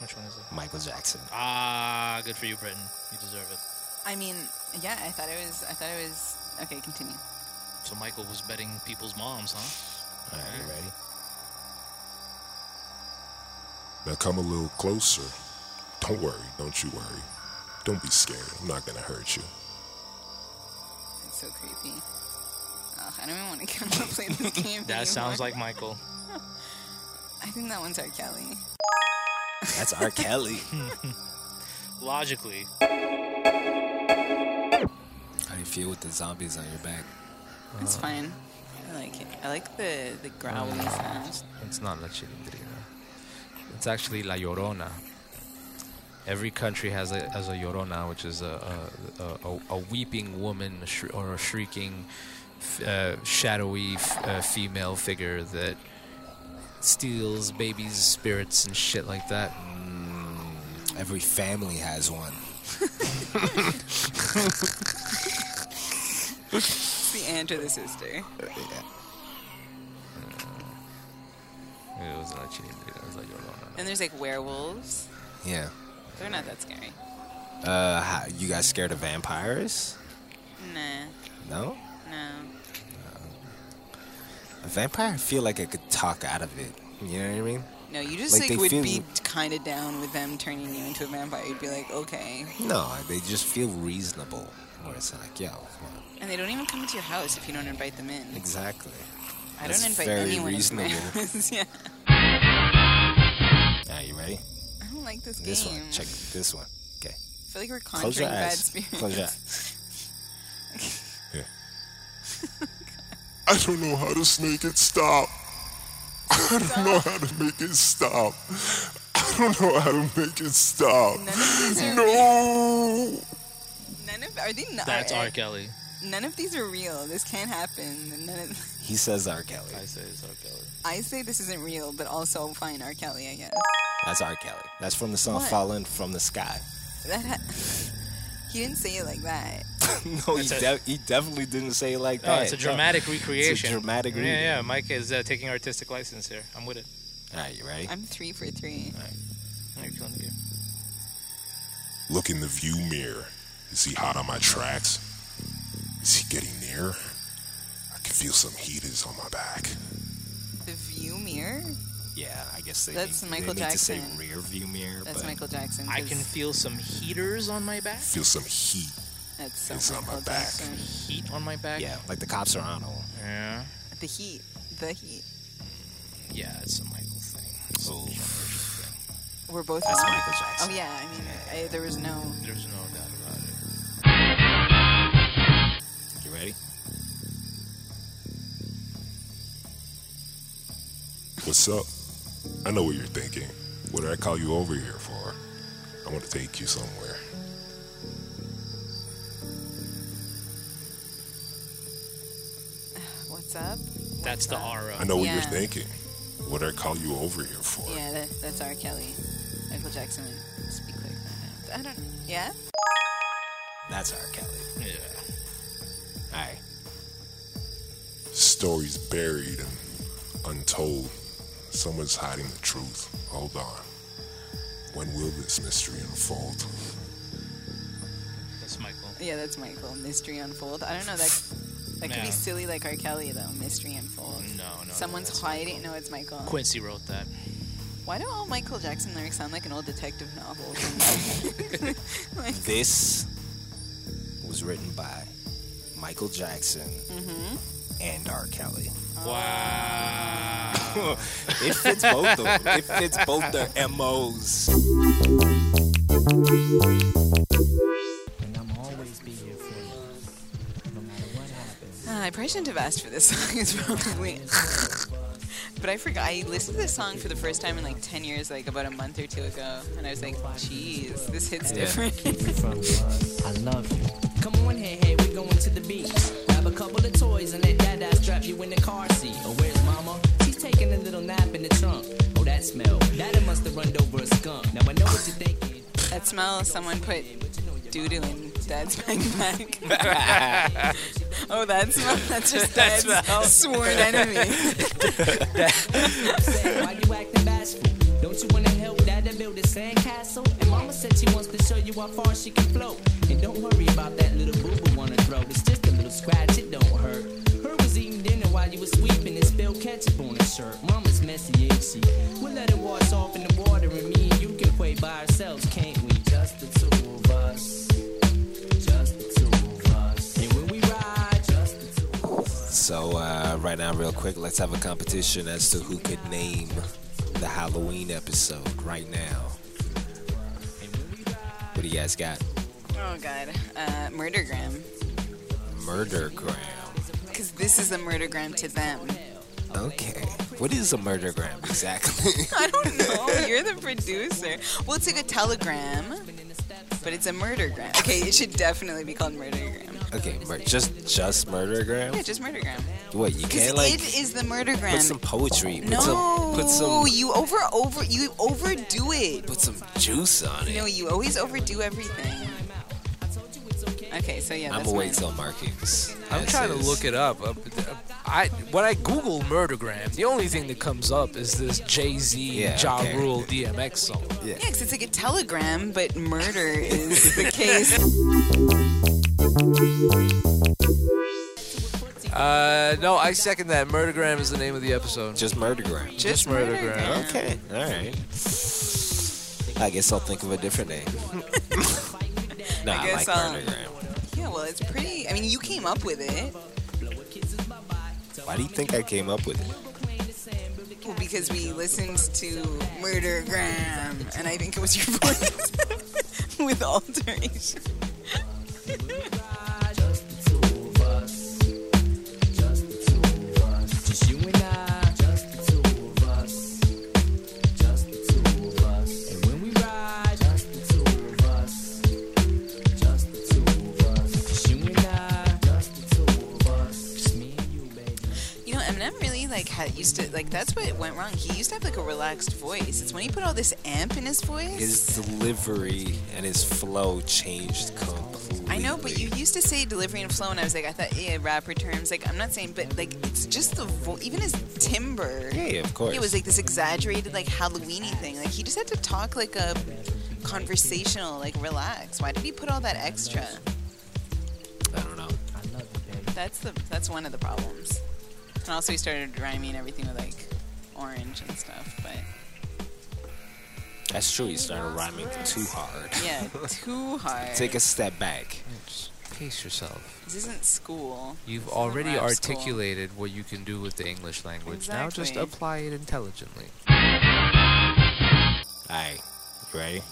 Which one is it?
Michael Jackson.
Ah, good for you, Britain. You deserve it.
I mean, yeah. I thought it was. I thought it was. Okay, continue.
So Michael was betting people's moms, huh?
All right, you ready?
Now come a little closer. Don't worry, don't you worry. Don't be scared, I'm not gonna hurt you.
It's so creepy. Ugh, I don't even want to come and play this game.
That sounds
anymore.
like Michael.
I think that one's R. Kelly.
That's R. Kelly.
Logically.
How do you feel with the zombies on your back?
It's
Uh.
fine. I like it. I like the the growling
Mm.
sound.
It's not La Chilindrina. It's actually La Llorona. Every country has a, has a Llorona, which is a, a, a, a weeping woman a shri- or a shrieking, f- uh, shadowy f- uh, female figure that steals babies' spirits and shit like that.
Every family has one.
It's the aunt or the sister.
It wasn't La Chilindrina, it was La Llorona.
And there's like werewolves.
Yeah.
They're not that scary.
Uh, how, you guys scared of vampires?
Nah,
No.
no.
A vampire, I feel like I could talk out of it. You know what I mean?
No, you just
Like,
like,
they
would
feel-
be kind of down with them turning you into a vampire. You'd be like, okay.
No, they just feel reasonable. Where it's like, yo, well,
And they don't even come into your house if you don't invite them in.
exactly.
I
that's
don't invite
very
anyone into my
reasonable.
house. yeah.
All right, you ready?
I don't like this,
This
game.
one. Check this one. Okay.
I feel like we're
Close
conjuring
your
bad
eyes.
spirits.
Close your eyes.
Yeah. I don't know how to s- make it stop. I don't know how to make it stop. I don't know how to make it stop.
None of these are
No!
None of are they not?
That's R. Kelly.
None of these are real. This can't happen. None of.
He says R. Kelly.
say it's R. Kelly.
I say this isn't real, but also fine, R. Kelly, I guess.
That's R. Kelly. That's from the song
What?
"Fallen from the Sky."
That ha- he didn't say it like that.
no, he,
That's a-
de- he definitely didn't say it like
No,
that.
Oh, it's a dramatic recreation.
dramatic
yeah,
reading.
Yeah, Mike is uh, taking artistic license here. I'm with it.
All right, you ready?
I'm three for three.
Oh, you're killing me.
Look in the view mirror. Is he hot on my tracks? Is he getting near? I can feel some heat is on my back.
The view mirror?
Yeah, I guess they,
That's
need,
Michael
they need to say
Jackson.
rear view mirror,
That's
but
Michael Jackson.
I
'cause
can feel some heaters on my back,
Feel some heat.
That's so
it's on my
Michael
back.
Jackson.
heat on my back.
yeah, like the cops are on him.
Yeah.
The heat. The heat.
Yeah, it's a Michael thing. It's a
Ooh.
John Legend thing.
We're both.
That's
wrong.
Michael Jackson.
Oh yeah, I mean, I, there was no.
There's no doubt about it.
You ready?
What's up? I know what you're thinking. What did I call you over here for? I want to take you somewhere.
What's up?
That's
What's
the
up?
R
I
of
know what
Yeah.
you're thinking. What did I call you over here for?
Yeah, that, that's R. Kelly. Michael Jackson would speak like that. I don't. Yeah.
That's R. Kelly.
Yeah.
All right.
Stories buried and untold. Someone's hiding the truth. Hold on. When will this mystery unfold?
That's Michael.
Yeah, that's Michael. Mystery unfold. I don't know. That that could
Yeah.
be silly like R. Kelly though. Mystery unfold.
No, no.
Someone's
that's
hiding. No, it's Michael.
Quincy wrote that.
Why do all Michael Jackson lyrics sound like an old detective novel?
This was written by Michael Jackson and R. Kelly.
Oh.
Wow. it fits both of them. It fits both their MOs.
and I'm always be here for you, no matter what happens.
Ah, I probably shouldn't have asked for this song. It's probably. but I forgot. I listened to this song for the first time in like 10 years, like about a month or two ago. And I was like, jeez, this hits different.
From us, I love you. Come on, hey, hey, we're going to the beach. Grab a couple of toys and let Dada strap you in the car seat. Oh, where's Mama? She's taking a little nap in the trunk. Oh, that smell. Dada must have run over a skunk. Now I know what you're thinking.
that smell, someone put doodle in Dad's backpack. oh, that smell. That's just Dad's sworn enemy.
Say, why you acting bashful? Don't you wanna help Dada build a sandcastle? And Mama said she wants to show you how far she can float. And don't worry about that little boo boo on her throat. It's just a little scratch, it don't hurt. Her was eating dinner while you was sweeping and spilled ketchup on her shirt. Mama's messy, itchy. We'll let her wash off in the water, and me and you can play by ourselves, can't we? Just the two of us. Just the two of us. And when we ride, just the two of us.
So, uh, right now, real quick, let's have a competition as to who could name the Halloween episode right now. What do you guys got?
oh, God. Uh, murdergram.
Murdergram.
Because this is a murdergram to them.
Okay. What is a murdergram exactly?
I don't know. You're the producer. Well, it's like a telegram, but it's a murdergram. Okay, it should definitely be called murdergram.
okay, mur- just just
Yeah,
murdergram.
just murdergram.
What you
Because
can't like
it is the
put some
murdergram.
poetry. Put
No,
some put some
you over over you overdo it.
put some juice on it.
No, you always overdo everything. Okay, so yeah,
I'm
that's
gonna wait
mine.
till markings.
I'm trying to look it up. Uh, I when I Google murdergram, the only thing that comes up is this Jay Z,
Yeah,
Ja
okay.
Rule, DMX song.
Yeah, 'cause it's like a telegram, but murder is the case.
Uh, no, I second that. Murdergram is the name of the episode.
Just murdergram.
Just murdergram.
Okay. All right. I guess I'll think of a different name. no, I,
guess uh,
like
I'll-
murdergram.
Yeah, well, it's pretty. I mean, you came up with it.
Why do you think I came up with it?
Well, because we listened to Murder Graham, and I think it was your voice with alteration.
Just you and I, just the two of us. Just the two of us. And when we ride, just the two of us. Just the two of us. Just you and I, just the two of us. Just me and you, baby.
You know, Eminem really like like had used to like that's what went wrong. He used to have like a relaxed voice. It's when he put all this amp in his voice.
His delivery and his flow changed completely.
I know, but you used to say delivery and flow, and I was like, I thought, yeah, rapper terms. Like, I'm not saying, but like, it's just the vo- even his timbre.
Yeah, yeah, of course.
It was like this exaggerated, like Halloweeny thing. Like he just had to talk like a conversational, like relax. Why did he put all that extra?
I don't know.
That's the that's one of the problems. And also, he started rhyming everything with like orange and stuff. But
That's true. You started rhyming too hard.
yeah, too hard.
Take a step back.
Just pace yourself.
this isn't school.
You've
This isn't
already
rap school.
articulated what you can do with the English language. Now just
Exactly.
apply it intelligently.
All right, you ready?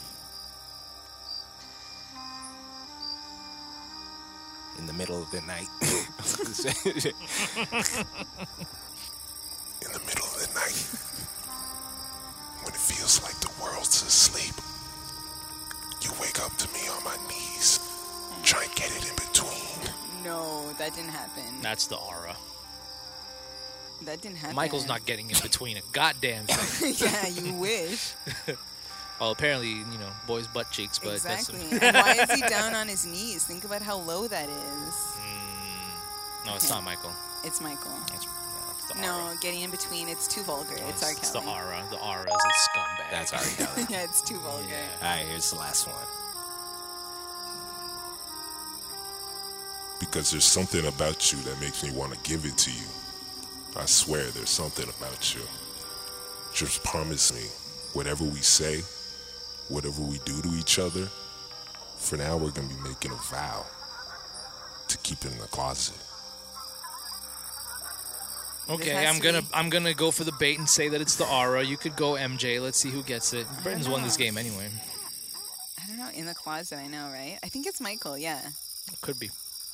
In the middle of the night.
in the middle of the night when it feels like the world's asleep. You wake up to me on my knees, try and get it in between.
No, that didn't happen.
That's the aura.
That didn't happen.
Michael's not getting in between a goddamn thing.
yeah, you wish.
well, apparently, you know, boys' butt cheeks, but
exactly.
that's.
and why is he down on his knees? Think about how low that is.
No, it's not Michael.
It's Michael.
It's, no, it's the aura.
No, getting in between, it's too vulgar. It's our
it's the
Kelly.
aura. The aura is a scumbag.
That's already done.
yeah, it's too vulgar.
All right, here's the last one.
Because there's something about you that makes me want to give it to you. I swear there's something about you. Just promise me, whatever we say, whatever we do to each other, for now we're going to be making a vow to keep it in the closet.
Okay,
has
I'm
to
gonna
be-
I'm gonna go for the bait and say that it's the aura. You could go MJ. Let's see who gets it. Britain's won this game anyway.
I don't know, in the closet, I know, right? I think it's Michael, yeah.
Could be.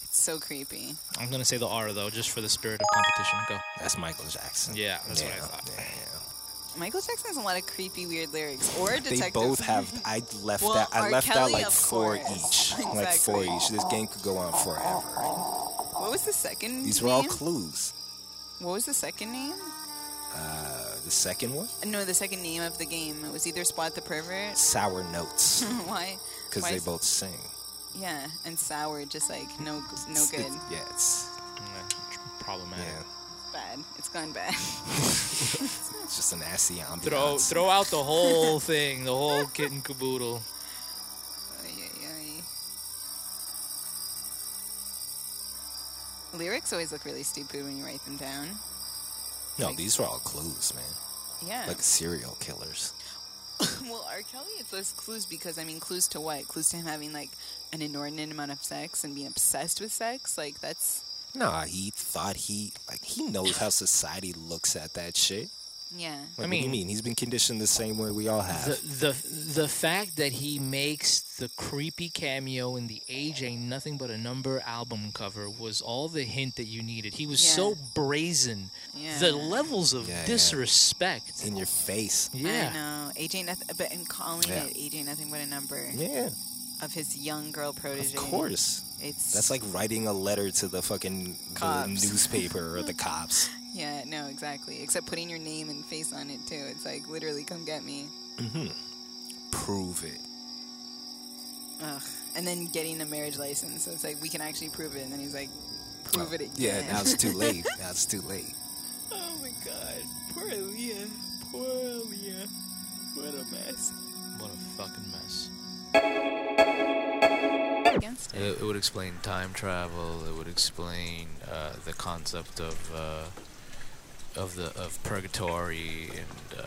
It's so creepy.
I'm gonna say the aura though, just for the spirit of competition. Go.
That's Michael Jackson.
Yeah, that's what I thought.
yeah,
Michael Jackson has a lot of creepy, weird lyrics. Or
yeah.
detective.
They both have. I left
Well,
that. I
R.
left out
Kelly,
like
of
four
course.
each. Like four
Exactly.
each. This game could go on forever.
What was the second
These
name?
were all clues.
What was the second name?
Uh, the second one,
No, the second name of the game. It was either Spot the Pervert.
sour notes,
Why?
because
why
they
is-
both sing.
Yeah, and sour, just like no, no
It's-
good,
it's- Yeah, it's
Mm, Problematic.
yeah.
bad. It's gone bad.
It's just a nasty ambiance.
Throw throw out the whole thing, the whole kit and caboodle.
Ay, ay, ay. Lyrics always look really stupid when you write them down.
No, these were all clues, man.
Yeah.
Like serial killers.
well, R. Kelly, it's less clues because, I mean, clues to what? Clues to him having, like, an inordinate amount of sex and being obsessed with sex? Like, that's.
Nah, he thought he like he knows how society looks at that shit.
Yeah.
Like,
I
what do you
mean-
mean he's been conditioned the same way we all have.
The the the fact that he makes the creepy cameo in the Age Ain't Nothing But a Number album cover was all the hint that you needed. He was
Yeah.
so brazen.
Yeah.
The levels of
Yeah, yeah.
disrespect.
in your face.
Yeah.
I know. AJ nothing, but in calling
Yeah.
it AJ nothing but a number
Yeah,
of his young girl protege.
of course.
It's
That's like writing a letter to the fucking the
Cops.
newspaper or the cops.
yeah, no, exactly. Except putting your name and face on it too. It's like literally, come get me.
Prove it.
Ugh. And then getting a marriage license. So it's like, we can actually prove it. And then he's like, prove
Oh,
it again.
Yeah, now it's too late. Now it's too late.
Oh my god. Poor Aaliyah. Poor Aaliyah. What a mess. What a fucking mess.
against it.
It, it would explain time travel. It would explain uh, the concept of uh, of the of purgatory and uh,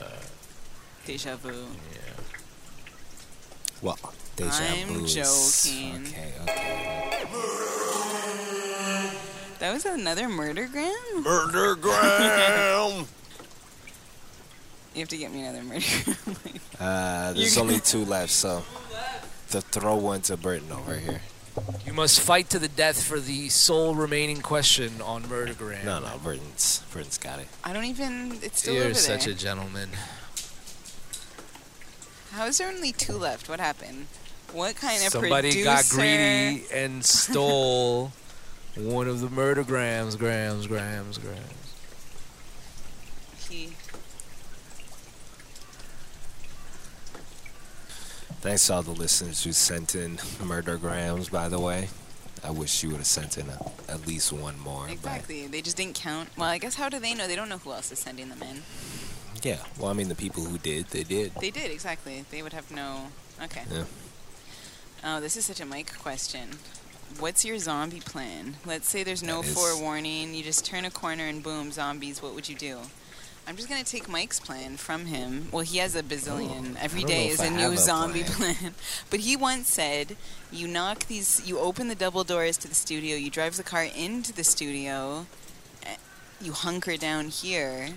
Deja vu.
yeah.
Well, deja
I'm
vu is-
joking.
Okay, okay.
That was another murdergram? Murdergram! you have to get me another murdergram.
Uh, there's
You-
only two left, so the throw one to Burton over here.
You must fight to the death for the sole remaining question on Murdergram.
No, no, Burton's Burton's got it.
I don't even. It's still
You're
over
such
there.
a gentleman.
How is there only two left? What happened? What kind of
Somebody
producer?
got greedy and stole one of the Murdergrams, grams, grams, grams.
he.
Thanks to all the listeners who sent in murder grams, by the way. I wish you would have sent in a, at least one more.
Exactly. They just didn't count. Well, I guess how do they know? They don't know who else is sending them in.
But yeah, well, I mean, the people who did, they did.
They did, exactly. They would have no. Okay.
Yeah.
Oh, this is such a mic question. What's your zombie plan? Let's say there's no
That is-
forewarning. You just turn a corner and boom, zombies. What would you do? I'm just going to take Mike's plan from him. Well, he has a bazillion. Every
don't know
day
if
is
Oh, I
a
have
new
a
zombie plan. But he once said you knock these, you open the double doors to the studio, you drive the car into the studio, eh, you hunker down here.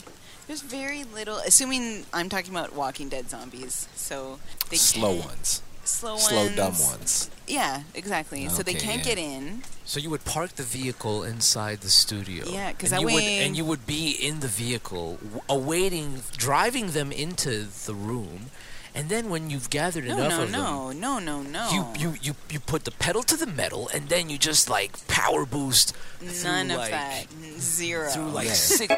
There's very little, assuming I'm talking about Walking Dead zombies. So they
Slow
can't-
ones.
slow ones,
Slow, dumb ones.
yeah, exactly. so they
Okay,
can't
yeah.
get in.
So you would park the vehicle inside the studio.
Yeah, 'cause
And
that
you would,
way-
and you would be in the vehicle, w- awaiting, driving them into the room, and then when you've gathered
No,
enough
no,
of them,
no, no, no, no.
you, you you you put the pedal to the metal, and then you just like power boost.
None
through,
of
like,
that. N- Zero.
Through like
Yeah.
six.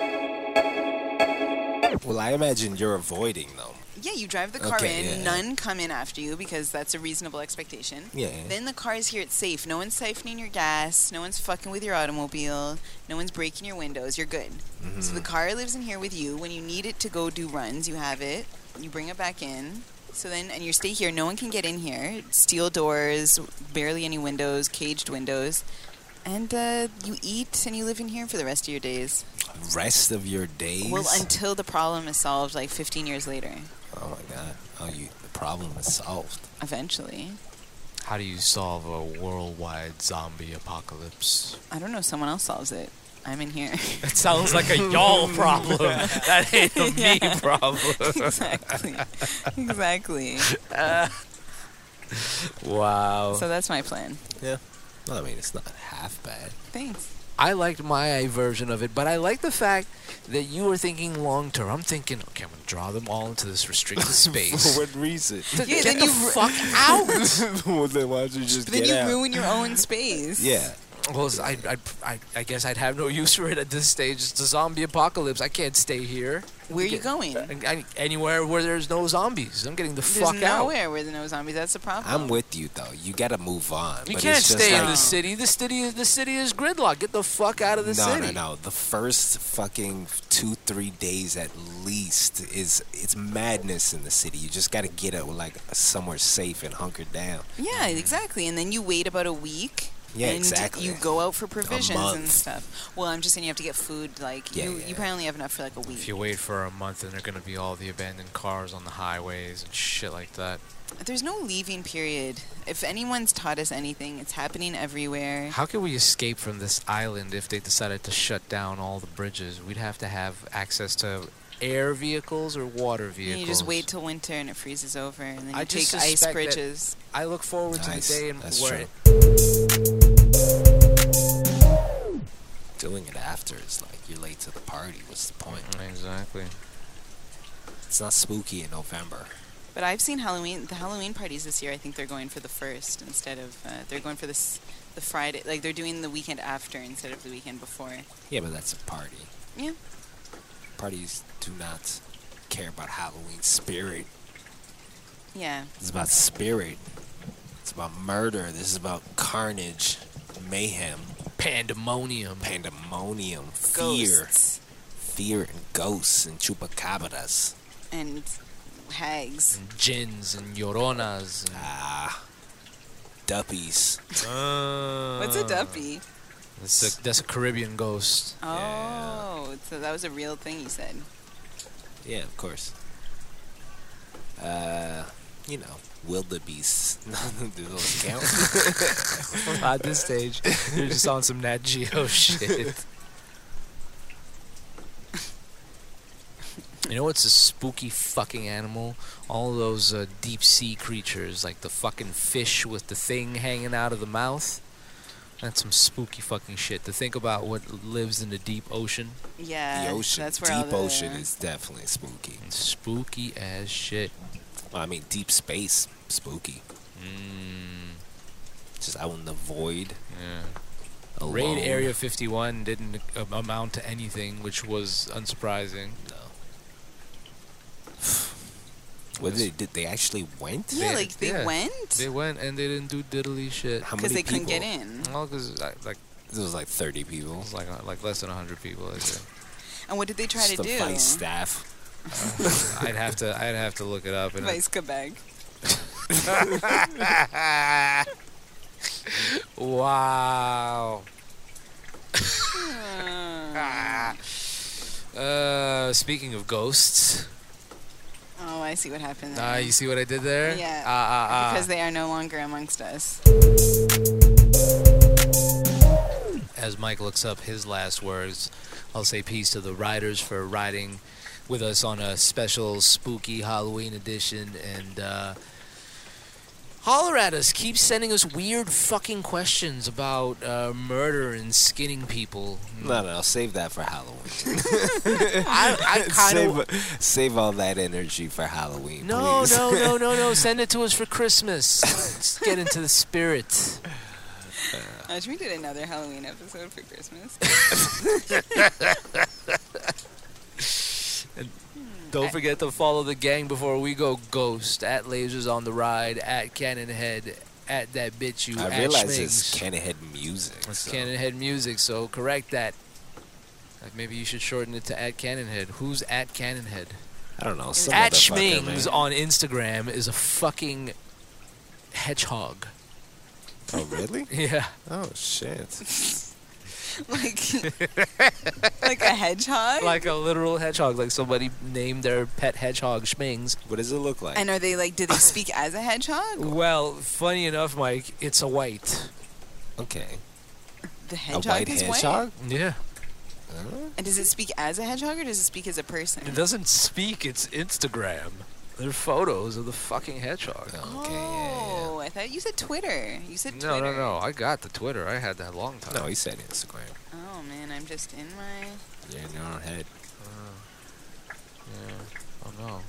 Well, I imagine you're avoiding them.
yeah, you drive the car
Okay,
in.
yeah.
None come in after you because that's a reasonable expectation.
Yeah.
Then the car's here. It's safe. No one's siphoning your gas. No one's fucking with your automobile. No one's breaking your windows. You're good.
Mm-hmm.
So the car lives in here with you. When you need it to go do runs, you have it. You bring it back in. So then, and you stay here. No one can get in here. Steel doors, barely any windows, caged windows. And uh, you eat and you live in here for the rest of your days.
Rest of your days.
Well, until the problem is solved, like 15 years later,
oh my god. Oh, you. The problem is solved.
eventually.
How do you solve a worldwide zombie apocalypse?
I don't know if someone else solves it. I'm in here.
That sounds like a y'all problem. that ain't a me problem.
exactly. exactly.
Wow.
So that's my plan.
Well, I mean, it's not half bad.
Thanks.
I liked my version of it, but I like the fact that you were thinking long term. I'm thinking, okay, I'm gonna draw them all into this restricted space.
what reason?
To
Yeah,
get
then
the
you ru-
fuck out.
well, then why don't you just
But then
get
you
out?
ruin your own space.
yeah.
well, I, I, I, I guess I'd have no use for it at this stage. It's the zombie apocalypse. I can't stay here.
Where are you going?
I, I- anywhere where there's no zombies, I'm getting the
There's
fuck out.
nowhere where there's no zombies. That's the problem.
I'm with you though. You gotta move on.
You
but
can't
it's just
stay in
like-
the city. The city, the city is gridlock. Get the fuck out of the
no,
city.
No, no, The first fucking two, three days at least is it's madness in the city. You just gotta get out like somewhere safe and hunker down.
Yeah, exactly. And then you wait about a week.
Yeah,
and
exactly.
You go out for provisions and
month.
stuff. Well, I'm just saying you have to get food. Like
Yeah,
you,
yeah.
you probably only have enough for like a week.
If you wait for a month, then there're gonna be all the abandoned cars on the highways and shit like that.
There's no leaving period. If anyone's taught us anything, it's happening everywhere.
How could we escape from this island if they decided to shut down all the bridges? We'd have to have access to air vehicles or water
And
vehicles.
you just wait till winter and it freezes over, and then you
I
take
just
ice
suspect that-
bridges.
I look forward to
Nice.
the day in
That's
where
true. Doing it after is like you're late to the party. What's the point?
Mm.
Exactly.
It's not spooky in November.
But I've seen Halloween. The Halloween parties this year, I think they're going for the first instead of uh, they're going for this the Friday. Like they're doing the weekend after instead of the weekend before.
Yeah, but that's a party.
Yeah.
Parties do not care about Halloween spirit.
Yeah.
It's about spirit. It's about murder. This is about carnage, mayhem,
Pandemonium.
pandemonium, fear,
Ghosts
fear, and ghosts and chupacabras.
and hags.
Gins and lloronas. And,
Ah, duppies.
What's
uh,
a duppy?
that's, a, that's a Caribbean ghost.
Oh, so that was a real thing you said.
Yeah, of course. Uh, you know, wildebeests. None of those count.
At this stage, you're just on some Nat Geo shit. You know what's a spooky fucking animal? All those uh, deep sea creatures, like the fucking fish with the thing hanging out of the mouth. That's some spooky fucking shit. To think about what lives in the deep ocean,
Yeah.
the ocean,
That's where all
deep
the,
ocean is definitely spooky.
it's spooky as shit.
Well, I mean, deep space, spooky.
Mm,
Just out in the void.
yeah.
Alone.
Raid Area 51 didn't uh, amount to anything, which was unsurprising.
No. What did, did they actually went?
Yeah,
They-
like they
yeah.
went
They went and they didn't do diddly shit.
How
because
many
they
people?
couldn't get in.
Well, because like
It was like 30 people.
it's like uh, like less than hundred people. I'd, say.
And what did they try
Just
to
the
do?
vice staff.
I'd have to I'd have to look it up. And
Vice Quebec.
wow.
Ah.
uh, speaking of ghosts,
Oh, I see what happened there.
uh, you see what I did there?
Yeah.
Ah, ah, ah.
because they are no longer amongst us.
as Mike looks up his last words, I'll say peace to the riders for riding with us on a special spooky Halloween edition. And uh,
Holler at us. Keep sending us weird fucking questions about uh, murder and skinning people.
No, no, save that for Halloween.
I, I kind of
save, save all that energy for Halloween.
No,
please.
no, no, no, no. Send it to us for Christmas. Let's get into the spirit.
Uh, we did another Halloween episode for Christmas.
Don't forget to follow the gang before we go ghost at Lasers on the Ride, at Cannonhead, at That Bitch You,
I
at Schmings.
realize it's Canahead music.
It's
so-
Cannonhead music, so correct that. Like maybe you should shorten it to at Cannonhead. Who's at Cannonhead?
I don't know. Some
at
motherfucker,
Schmings
man.
on Instagram is a fucking hedgehog.
Oh, really?
Yeah.
Oh, shit.
like, like a hedgehog?
Like a literal hedgehog. Like somebody named their pet hedgehog Schmings.
What does it look like?
and are they like, do they speak as a hedgehog?
Well, funny enough, Mike, it's a white.
Okay.
The
A
hedgehog
white
is
hedgehog? Oh,
Yeah.
Huh?
And does it speak as a hedgehog or does it speak as a person?
It doesn't speak, it's Instagram. They're photos of the fucking hedgehog.
Oh,
oh,
okay, yeah,
I thought you said Twitter. You said
No,
Twitter.
no, no. I got the Twitter. I had that a long
yeah. No,
time.
he said Instagram.
Oh man, I'm just in my.
Yeah, no, head.
Yeah. Oh, no.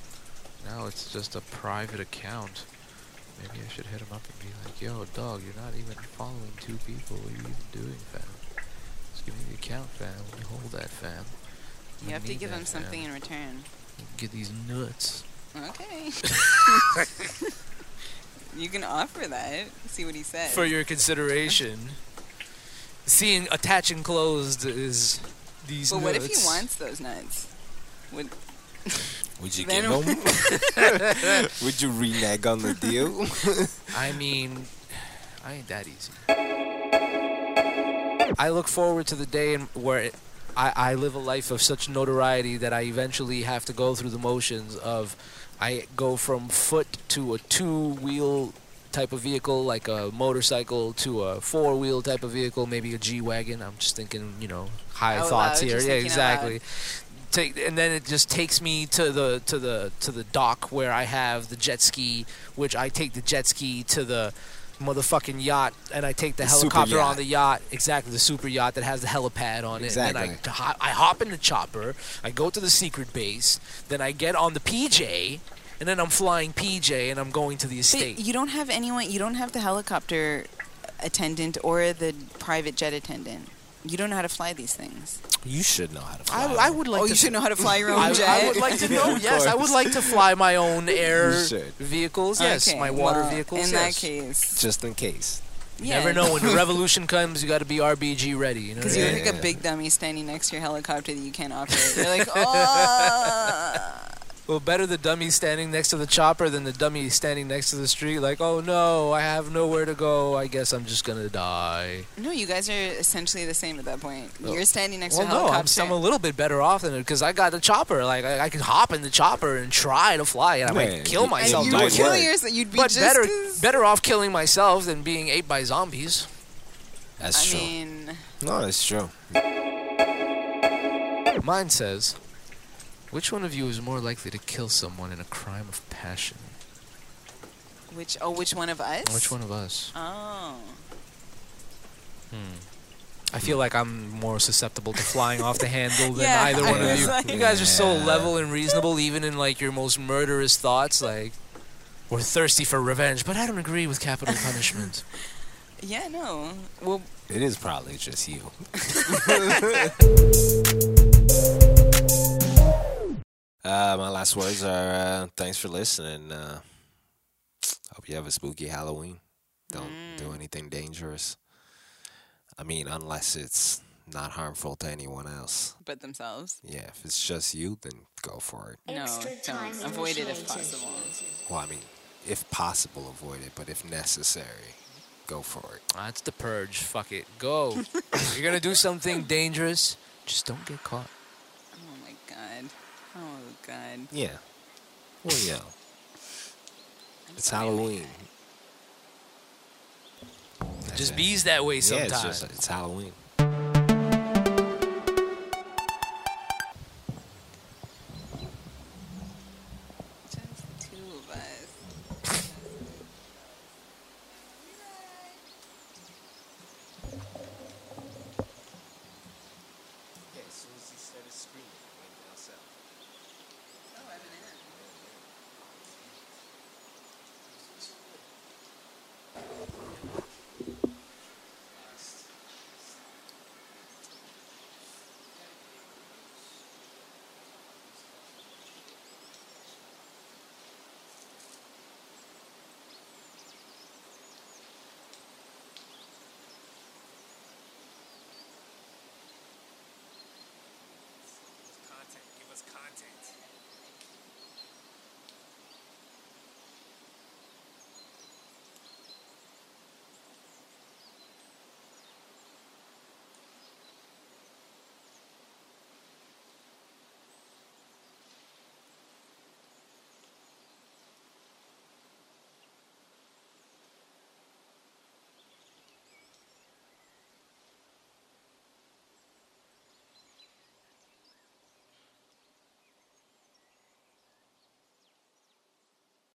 Now it's just a private account. Maybe I should hit him up and be like, yo, dog, you're not even following two people. What are you even doing, fam? Just give me the account, fam. Let me hold that, fam.
You have to
need
give
that,
them something
fam.
in return.
Get these nuts.
Okay. you can offer that. See what he says.
for your consideration. Seeing attaching closed is these.
but what if
nuts.
he wants those nuts? Would
Would you
Then-
give him? Would you renege on the deal?
I mean, I ain't that easy. I look forward to the day in, where it, I, I live a life of such notoriety that I eventually have to go through the motions of I go from foot to a two wheel type of vehicle, like a motorcycle, to a four wheel type of vehicle, maybe a G Wagon. I'm just thinking, you know, high
Out
thoughts
loud,
here.
Oh, just
Yeah,
thinking out
exactly. Take, and then it just takes me to the to the to the dock where I have the jet ski, which I take the jet ski to the motherfucking yacht, and I take the,
The super
helicopter on
yacht.
the yacht, exactly the super yacht that has the helipad on it. And then I
Exactly.
hop, I hop in the chopper, I go to the secret base, then I get on the PJ, and then I'm flying PJ, and I'm going to the
But
estate.
you don't have anyone. You don't have the helicopter attendant or the private jet attendant. You don't know how to fly these things.
You should know how to fly.
I, I would like
oh,
to
you should know how to fly your own
I,
jet.
I would like to know.
Of
Yes, I would
course.
like to fly my own air
You should.
vehicles. Yes,
Okay,
my water
well,
vehicles.
In
yes.
that case,
Just in case.
you
yeah.
never know when the revolution comes. You got to be RBG ready. You know. what I
Because
mean?
you're
Yeah,
like
yeah.
a big dummy standing next to your helicopter that you can't operate. You're like, oh.
Well, better the dummy standing next to the chopper than the dummy standing next to the street. Like, oh no, I have nowhere to go. I guess I'm just gonna die.
No, you guys are essentially the same at that point.
Oh.
You're standing next
well,
to a helicopter.
no, I'm, I'm a little bit better off than it because I got the chopper. Like, I, I can hop in the chopper and try to fly, and I
Yeah,
might kill
you-
and
myself.
you
might
would
doing
work.
kill
it.
yourself. You'd be
But
just
better,
as-
better off killing myself than being ate by zombies.
That's
I
true.
mean,
no, that's true.
Mine says, which one of you is more likely to kill someone in a crime of passion?
which oh, which one of us?
Which one of us?
Oh,
I feel like I'm more susceptible to flying off the handle than
Yeah,
either
I
one of
was
you.
like-
you guys are so
Yeah.
level and reasonable, even in like your most murderous thoughts. Like, we're thirsty for revenge, but I don't agree with capital punishment.
yeah, no. Well,
It is probably just you. Uh, my last words are uh, thanks for listening. Uh, hope you have a spooky Halloween. Don't do anything dangerous. I mean, unless it's not harmful to anyone else.
But themselves.
Yeah, if it's just you, then go for it.
No, don't. Avoid it if possible.
Well, I mean, if possible, avoid it, but if necessary, go for it.
That's the purge. Fuck it. Go. You're going to do something dangerous. Just don't get caught.
Oh my god. Oh god.
Yeah. Well, yeah.
I'm
It's
sorry.
Halloween.
Just bees that way
Yeah,
sometimes.
it's just it's Halloween.